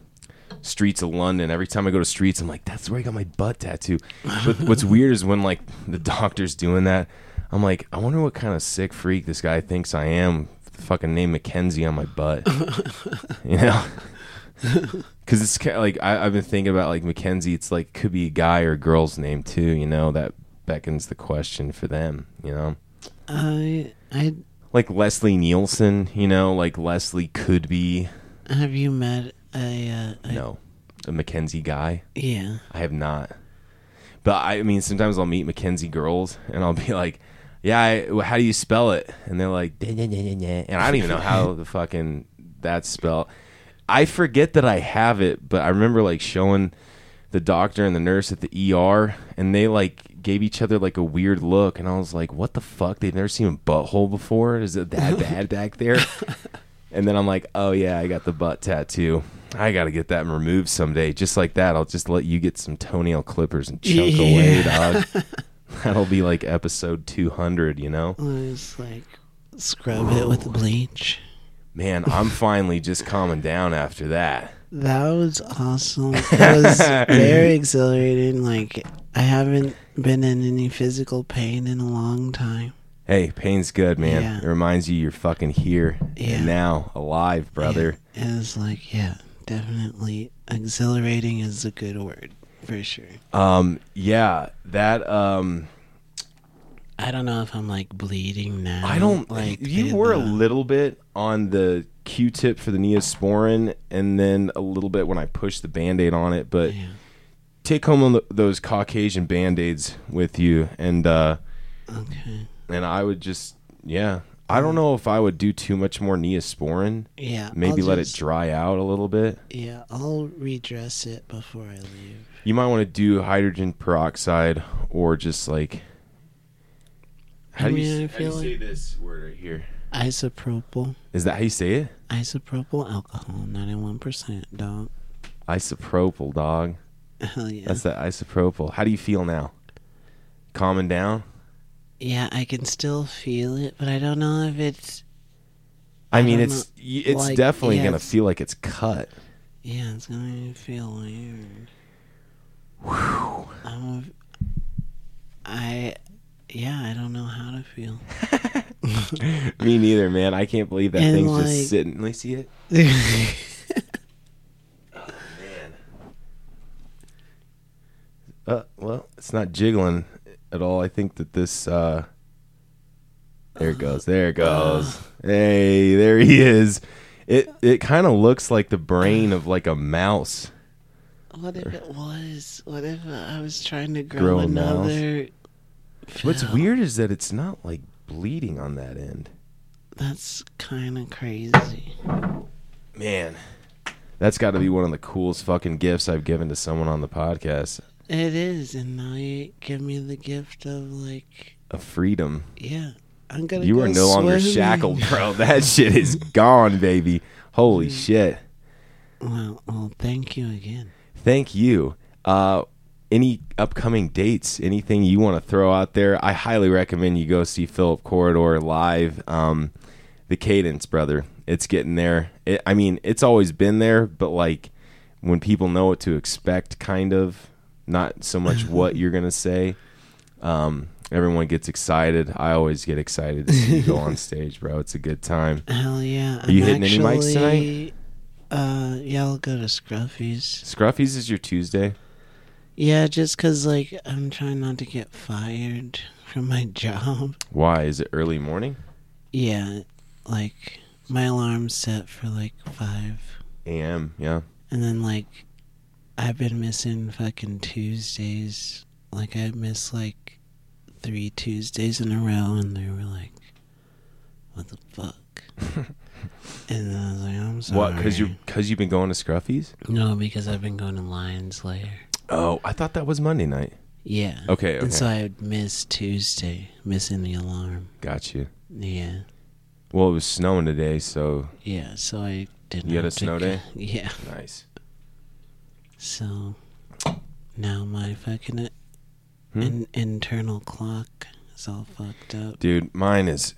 Speaker 1: streets of London. Every time I go to streets, I'm like, that's where I got my butt tattoo. But what's weird is when like the doctor's doing that, I'm like, I wonder what kind of sick freak this guy thinks I am. with the Fucking name Mackenzie on my butt, you know. Because it's kind of like I, I've been thinking about like Mackenzie. It's like could be a guy or a girl's name too. You know that beckons the question for them. You know.
Speaker 4: I I
Speaker 1: like Leslie Nielsen, you know, like Leslie could be
Speaker 4: Have you met a? Uh, a
Speaker 1: no, the Mackenzie guy.
Speaker 4: Yeah.
Speaker 1: I have not. But I mean, sometimes I'll meet Mackenzie girls and I'll be like, "Yeah, I, well, how do you spell it?" And they're like, "Duh, duh, duh, duh, duh." and I don't even know how the fucking that's spelled. I forget that I have it, but I remember like showing the doctor and the nurse at the ER, and they like gave each other like a weird look, and I was like, "What the fuck? They've never seen a butthole before. Is it that bad back there?" And then I'm like, oh yeah, I got the butt tattoo. I gotta get that removed someday. Just like that, I'll just let you get some toenail clippers and chunk
Speaker 4: Yeah.
Speaker 1: away, dog. That'll be like episode 200, you know?
Speaker 4: I was like, scrub it with bleach.
Speaker 1: Man, I'm finally just calming down after that.
Speaker 4: That was awesome. That was very exhilarating. Like I haven't been in any physical pain in a long time.
Speaker 1: Hey, pain's good, man.
Speaker 4: Yeah.
Speaker 1: It reminds you you're fucking here
Speaker 4: Yeah.
Speaker 1: and now, alive, brother.
Speaker 4: It was like, yeah, definitely exhilarating is a good word for sure.
Speaker 1: Um, yeah, that um,
Speaker 4: I don't know if I'm like bleeding now.
Speaker 1: I don't like.
Speaker 4: like
Speaker 1: You
Speaker 4: did
Speaker 1: were a
Speaker 4: the-
Speaker 1: little bit on the Q-tip for the neosporin, and then a little bit when I pushed the Band-Aid on it. But
Speaker 4: Yeah.
Speaker 1: take home on th- those Caucasian Band-Aids with you, and uh,
Speaker 4: Okay.
Speaker 1: and I would just yeah. I don't know if I would do too much more neosporin.
Speaker 4: Yeah.
Speaker 1: Maybe
Speaker 4: I'll
Speaker 1: let
Speaker 4: just-
Speaker 1: it dry out a little bit.
Speaker 4: Yeah, I'll redress it before I leave.
Speaker 1: You might want to do hydrogen peroxide or just like. How
Speaker 4: I
Speaker 1: do
Speaker 4: mean,
Speaker 1: you,
Speaker 4: I
Speaker 1: s- how do you
Speaker 4: feel
Speaker 1: say
Speaker 4: like-
Speaker 1: this word right here?
Speaker 4: Isopropyl.
Speaker 1: Is that how you say it?
Speaker 4: Isopropyl alcohol, 91%, dog.
Speaker 1: Isopropyl, dog.
Speaker 4: Hell yeah.
Speaker 1: That's that isopropyl. How do you feel now? Calming down?
Speaker 4: yeah, I can still feel it, but I don't know if it's.
Speaker 1: I, mean,
Speaker 4: don't
Speaker 1: it's
Speaker 4: know.
Speaker 1: y it's
Speaker 4: Like,
Speaker 1: definitely
Speaker 4: yeah,
Speaker 1: gonna
Speaker 4: it's-
Speaker 1: feel like it's cut.
Speaker 4: Yeah, it's going to feel weird. I'm a- I. Yeah, I don't know how to feel.
Speaker 1: Me neither, man. I can't believe that
Speaker 4: And,
Speaker 1: thing's
Speaker 4: like-
Speaker 1: just sitting. Let me see it.
Speaker 4: Oh,
Speaker 1: Uh, well, it's not jiggling at all. I think that this. uh There it goes. There it goes. Hey, there he is. It it kind of looks like the brain of like a mouse.
Speaker 4: what if it was? What if I was trying to grow,
Speaker 1: Grow a mouth.
Speaker 4: another.
Speaker 1: What's
Speaker 4: fill?
Speaker 1: weird is that it's not like bleeding on that end.
Speaker 4: That's kind of crazy.
Speaker 1: Man, that's got to be one of the coolest fucking gifts I've given to someone on the podcast.
Speaker 4: It is, and now you give me the gift of like,
Speaker 1: A freedom.
Speaker 4: yeah, I'm gonna.
Speaker 1: You
Speaker 4: go
Speaker 1: are no longer
Speaker 4: swimming.
Speaker 1: shackled, bro. That shit is gone, baby. Holy shit.
Speaker 4: Well, well, thank you again.
Speaker 1: Thank you. Uh, any upcoming dates? Anything you want to throw out there? I highly recommend you go see Philip Corridor live. Um, the Cadence, brother. It's getting there. It, I mean, it's always been there, but like when people know what to expect, kind of, not so much what you're going to say. Um, everyone gets excited. I always get excited to see you go on stage, bro. It's a good time.
Speaker 4: Hell yeah!
Speaker 1: Are you hitting any mics tonight?
Speaker 4: Uh, yeah, I'll go to Scruffy's.
Speaker 1: Scruffy's is your Tuesday.
Speaker 4: Yeah, just cause like I'm trying not to get fired from my job.
Speaker 1: Why? Is it early morning?
Speaker 4: Yeah, like my alarm's set for like five,
Speaker 1: AM, yeah.
Speaker 4: and then like I've been missing fucking Tuesdays. Like I missed like three Tuesdays in a row, and they were like, "What the fuck?" and then I was like, "I'm sorry."
Speaker 1: What? Because you because you've been going to Scruffy's?
Speaker 4: No, because I've been going to Lions Lair.
Speaker 1: Oh, I thought that was Monday night.
Speaker 4: Yeah.
Speaker 1: Okay, okay.
Speaker 4: And so I would miss Tuesday, missing the alarm.
Speaker 1: Got you.
Speaker 4: Yeah.
Speaker 1: Well, it was snowing today, so
Speaker 4: Yeah. So I didn't.
Speaker 1: You had a
Speaker 4: have to
Speaker 1: snow
Speaker 4: go-
Speaker 1: day?
Speaker 4: Yeah.
Speaker 1: nice.
Speaker 4: So now my fucking
Speaker 1: Hmm?
Speaker 4: in- internal clock is all fucked up.
Speaker 1: Dude, mine is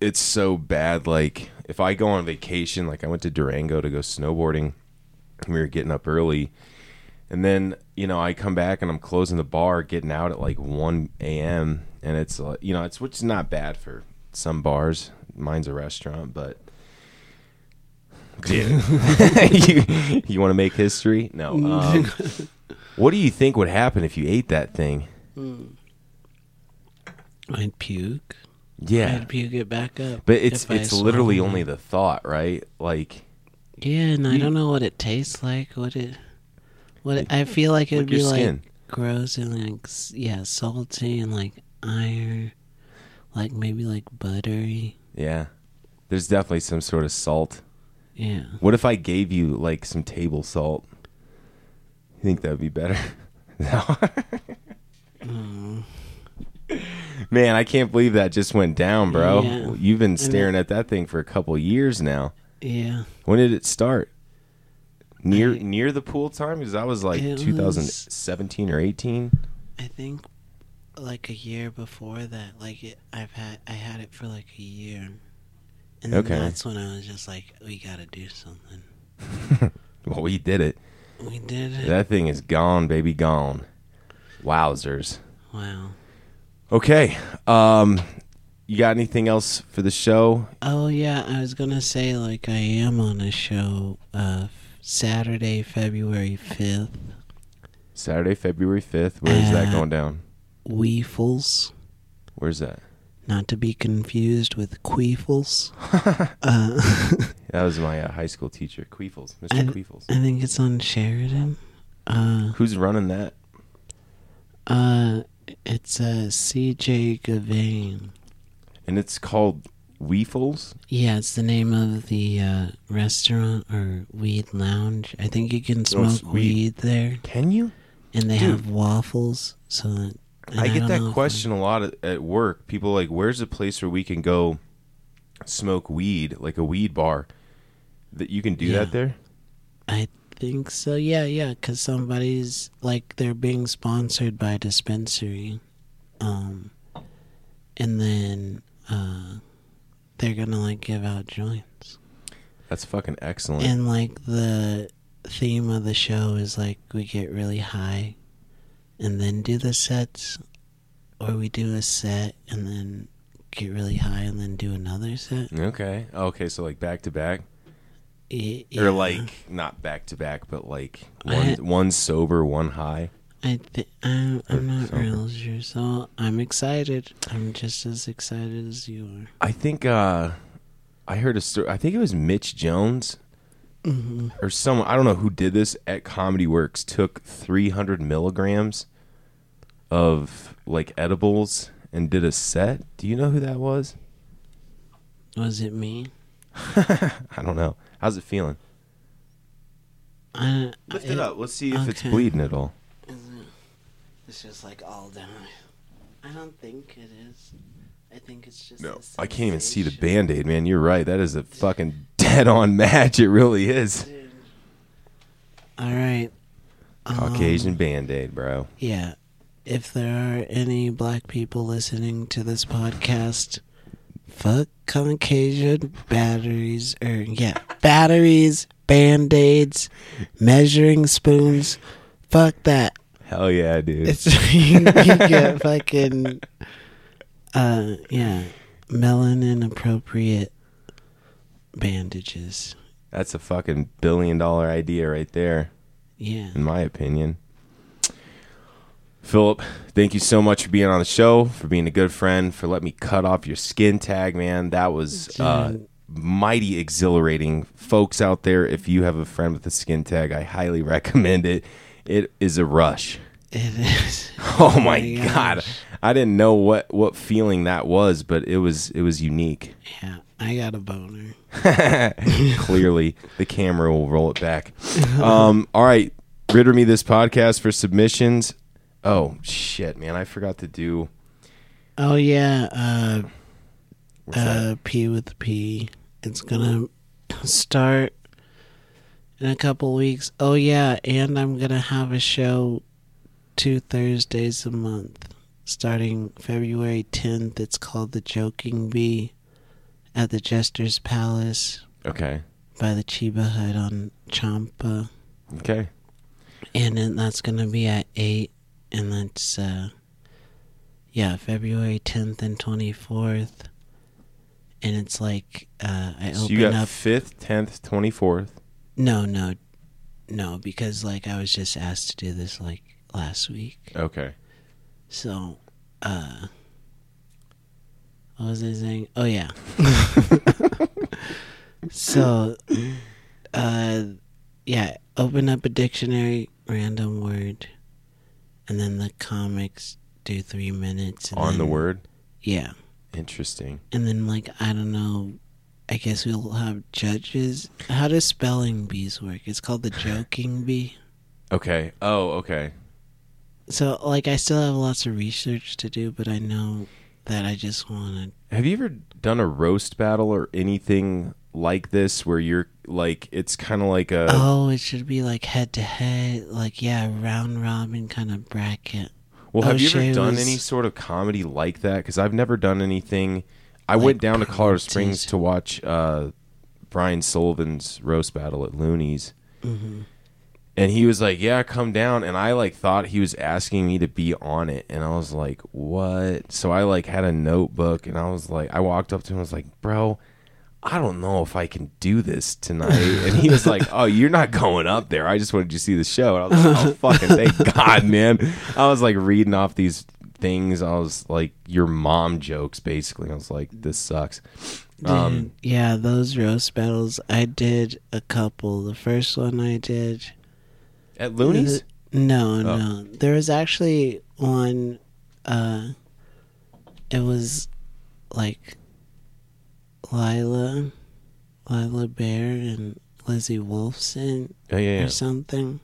Speaker 1: it's so bad like if I go on vacation, like I went to Durango to go snowboarding and we were getting up early and then, you know, I come back and I'm closing the bar, getting out at like one AM and it's like you know, it's which is not bad for some bars. Mine's a restaurant, but Dude. you, you want to make history? No. Um, what do you think would happen if you ate that thing?
Speaker 4: I puke.
Speaker 1: Yeah.
Speaker 4: I'd puke it back up.
Speaker 1: but it's
Speaker 4: if I
Speaker 1: it's literally
Speaker 4: swallowed
Speaker 1: only
Speaker 4: it.
Speaker 1: the thought, right? Like
Speaker 4: Yeah, and I don't know what it tastes like. What it, what it, I feel like it'd
Speaker 1: your
Speaker 4: be like
Speaker 1: skin.
Speaker 4: gross and like s- yeah, salty and like iron, like maybe like buttery.
Speaker 1: yeah. There's definitely some sort of salt.
Speaker 4: Yeah,
Speaker 1: What if I gave you like some table salt? You think that would be better? No.
Speaker 4: Mm.
Speaker 1: Man, I can't believe that just went down, bro.
Speaker 4: Yeah.
Speaker 1: You've been staring at that thing for a couple years now.
Speaker 4: yeah.
Speaker 1: When did it start? Near
Speaker 4: I-
Speaker 1: near the pool time because I was like
Speaker 4: It
Speaker 1: 2017 or 18.
Speaker 4: I think like a year before that, like it, I've had I had it for like a year, and then
Speaker 1: Okay.
Speaker 4: that's when I was just like, we gotta do something.
Speaker 1: Well, we did it.
Speaker 4: We did it.
Speaker 1: That thing is gone, baby, gone. Wowzers.
Speaker 4: wow.
Speaker 1: Okay. Um, you got anything else for the show?
Speaker 4: Oh yeah, I was gonna say like I am on a show uh, Saturday, February fifth.
Speaker 1: Saturday, February 5th. Where is that
Speaker 4: Uh,
Speaker 1: going down?
Speaker 4: Weefles,
Speaker 1: Where's that?
Speaker 4: not to be confused with Queefles.
Speaker 1: That was my uh, high school teacher, Queefles, Mr.
Speaker 4: I,
Speaker 1: Queefles.
Speaker 4: I think it's on Sheridan. Uh,
Speaker 1: Who's running that?
Speaker 4: uh, it's uh, C.J. Gavain.
Speaker 1: And it's called Weefles?
Speaker 4: Yeah, it's the name of the uh, restaurant or weed lounge. I think you can
Speaker 1: Oh, it's
Speaker 4: smoke
Speaker 1: weed.
Speaker 4: weed there,
Speaker 1: Can you?
Speaker 4: and they
Speaker 1: Dude.
Speaker 4: have waffles. So that, and
Speaker 1: I get
Speaker 4: don't know
Speaker 1: that
Speaker 4: if
Speaker 1: question a lot at, at work. People are like, where's a place where we can go smoke weed, like a weed bar? That you can do
Speaker 4: Yeah.
Speaker 1: that there?
Speaker 4: I think so. Yeah, yeah, because somebody's like they're being sponsored by a dispensary, um, and then uh, they're gonna like give out joints.
Speaker 1: That's fucking excellent.
Speaker 4: And like the theme of the show is like we get really high, and then do the sets, or we do a set and then get really high and then do another set.
Speaker 1: okay. Okay, so like back to back.
Speaker 4: Y- yeah.
Speaker 1: or like not back to back, but like one
Speaker 4: I-
Speaker 1: one sober, one high.
Speaker 4: I th- I'm, I'm not
Speaker 1: something.
Speaker 4: real sure, so I'm excited. I'm just as excited as you are.
Speaker 1: I think uh I heard a story. I think it was Mitch Jones
Speaker 4: Mm-hmm.
Speaker 1: or someone. I don't know who did this at Comedy Works. Took three hundred milligrams of like edibles and did a set. Do you know who that was?
Speaker 4: Was it me?
Speaker 1: I don't know. How's it feeling?
Speaker 4: I,
Speaker 1: Lift it up. Let's see if it's
Speaker 4: okay.
Speaker 1: bleeding at all.
Speaker 4: It's just like all down. I don't think it is. I think it's just.
Speaker 1: No,
Speaker 4: the
Speaker 1: I can't even see the
Speaker 4: sensation.
Speaker 1: band aid, man. You're right. That is a fucking dead on match. It really is.
Speaker 4: All right. Um,
Speaker 1: Caucasian band aid, bro.
Speaker 4: Yeah. If there are any black people listening to this podcast, fuck Caucasian batteries, or yeah, batteries, band aids, measuring spoons. Fuck that.
Speaker 1: Hell yeah, dude.
Speaker 4: It's you, you get fucking, uh, yeah, melanin appropriate bandages.
Speaker 1: That's a fucking billion dollar idea right there,
Speaker 4: Yeah.
Speaker 1: in my opinion. Philip, thank you so much for being on the show, for being a good friend, for letting me cut off your skin tag, man. That was uh,
Speaker 4: Dude.
Speaker 1: mighty exhilarating. Folks out there, if you have a friend with a skin tag, I highly recommend it. It is a rush.
Speaker 4: It is.
Speaker 1: Oh my
Speaker 4: my
Speaker 1: god. I didn't know what what feeling that was, but it was it was unique.
Speaker 4: Yeah. I got a boner.
Speaker 1: clearly the camera will roll it back um, all right ritter me this podcast for submissions oh shit man i forgot to do
Speaker 4: Oh yeah, uh,
Speaker 1: what's
Speaker 4: uh, P with the P. It's gonna start in a couple weeks. Oh yeah, and I'm gonna have a show two Thursdays a month, starting February 10th. It's called the Joking Bee at the Jester's Palace
Speaker 1: that? okay
Speaker 4: by the Chiba Hut on Champa,
Speaker 1: okay
Speaker 4: and then that's gonna be at eight, and that's uh, yeah, February 10th and 24th. And it's like uh, I
Speaker 1: so
Speaker 4: open
Speaker 1: you got
Speaker 4: up
Speaker 1: 5th 10th 24th
Speaker 4: No, no, no, because like I was just asked to do this like last week,
Speaker 1: okay
Speaker 4: so uh, What was I saying? Oh yeah. so, uh, yeah. Open up a dictionary, random word, and then the comics do three minutes and
Speaker 1: on the
Speaker 4: then-
Speaker 1: word.
Speaker 4: Yeah,
Speaker 1: Interesting.
Speaker 4: and then like I don't know. I guess we'll have judges. How does spelling bees work? It's called the joking bee.
Speaker 1: Okay. Oh, okay.
Speaker 4: So like I still have lots of research to do, but I know that I just want to
Speaker 1: Have you ever done a roast battle or anything like this where you're like it's kind of like a
Speaker 4: Oh, it should be like head to head, like yeah, round robin kind of bracket.
Speaker 1: Well, have you ever
Speaker 4: O'Shea
Speaker 1: done
Speaker 4: was-
Speaker 1: any sort of comedy like that? Because I've never done anything. I went down to Colorado
Speaker 4: competition.
Speaker 1: Springs to watch uh, Brian Sullivan's roast battle at Looney's, and he was like, "Yeah, come down." And I like thought he was asking me to be on it, and I was like, "What?" So I like had a notebook, and I was like, I walked up to him, I was like, "Bro." I don't know if I can do this tonight. And he was like, Oh, you're not going up there. I just wanted you to see the show. And I was like, Oh, fucking thank God, man. I was like reading off these things. I was like, Your mom jokes, basically. I was like, This sucks. Um,
Speaker 4: Dude, yeah, those roast battles. I did a couple. The first one I did.
Speaker 1: at Looney's?
Speaker 4: No,
Speaker 1: Oh.
Speaker 4: no. There was actually one. Uh, it was like Lila, Lila Bear, and Lizzie Wolfson
Speaker 1: Oh, yeah, yeah.
Speaker 4: or something.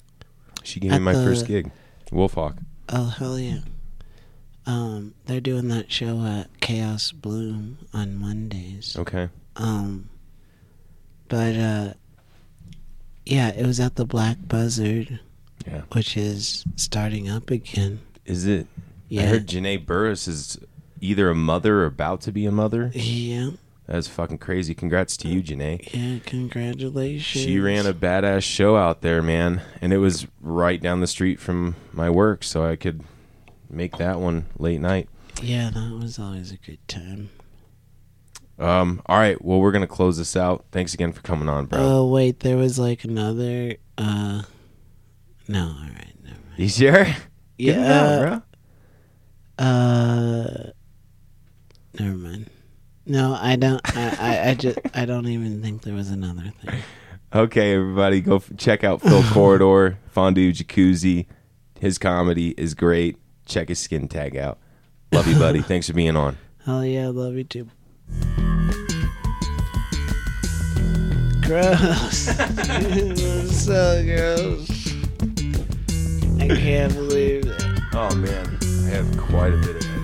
Speaker 1: She gave me
Speaker 4: At
Speaker 1: my
Speaker 4: the-
Speaker 1: first gig, Wolf Hawk.
Speaker 4: Oh hell yeah! Um, they're doing that show at Chaos Bloom on Mondays.
Speaker 1: Okay.
Speaker 4: Um, but uh, yeah, it was at the Black Buzzard,
Speaker 1: Yeah.
Speaker 4: which is starting up again.
Speaker 1: Is it? I
Speaker 4: Yeah.
Speaker 1: heard Janae Burris is either a mother or about to be a mother.
Speaker 4: Yeah,
Speaker 1: That's fucking crazy. Congrats to you, Janae.
Speaker 4: yeah. Congratulations.
Speaker 1: She ran a badass show out there, man, and it was right down the street from my work, so I could make that one late night.
Speaker 4: Yeah, that was always a good time.
Speaker 1: Um, all right, well, we're gonna close this out. Thanks again for coming on, bro.
Speaker 4: Oh wait, there was like another. uh No, all right, no.
Speaker 1: you sure? Get it
Speaker 4: Yeah.
Speaker 1: out, bro.
Speaker 4: Uh, never mind. No, I don't. I, I, I just. I don't even think there was another thing.
Speaker 1: Okay, everybody, go f- check out Phil Corridor Fondue Jacuzzi. His comedy is great. Check his skin tag out. Love you, buddy. Thanks for being on.
Speaker 4: Hell Oh, yeah, love you too. Gross. Dude, that's so gross. I can't believe it.
Speaker 1: Oh man, I have quite a bit of.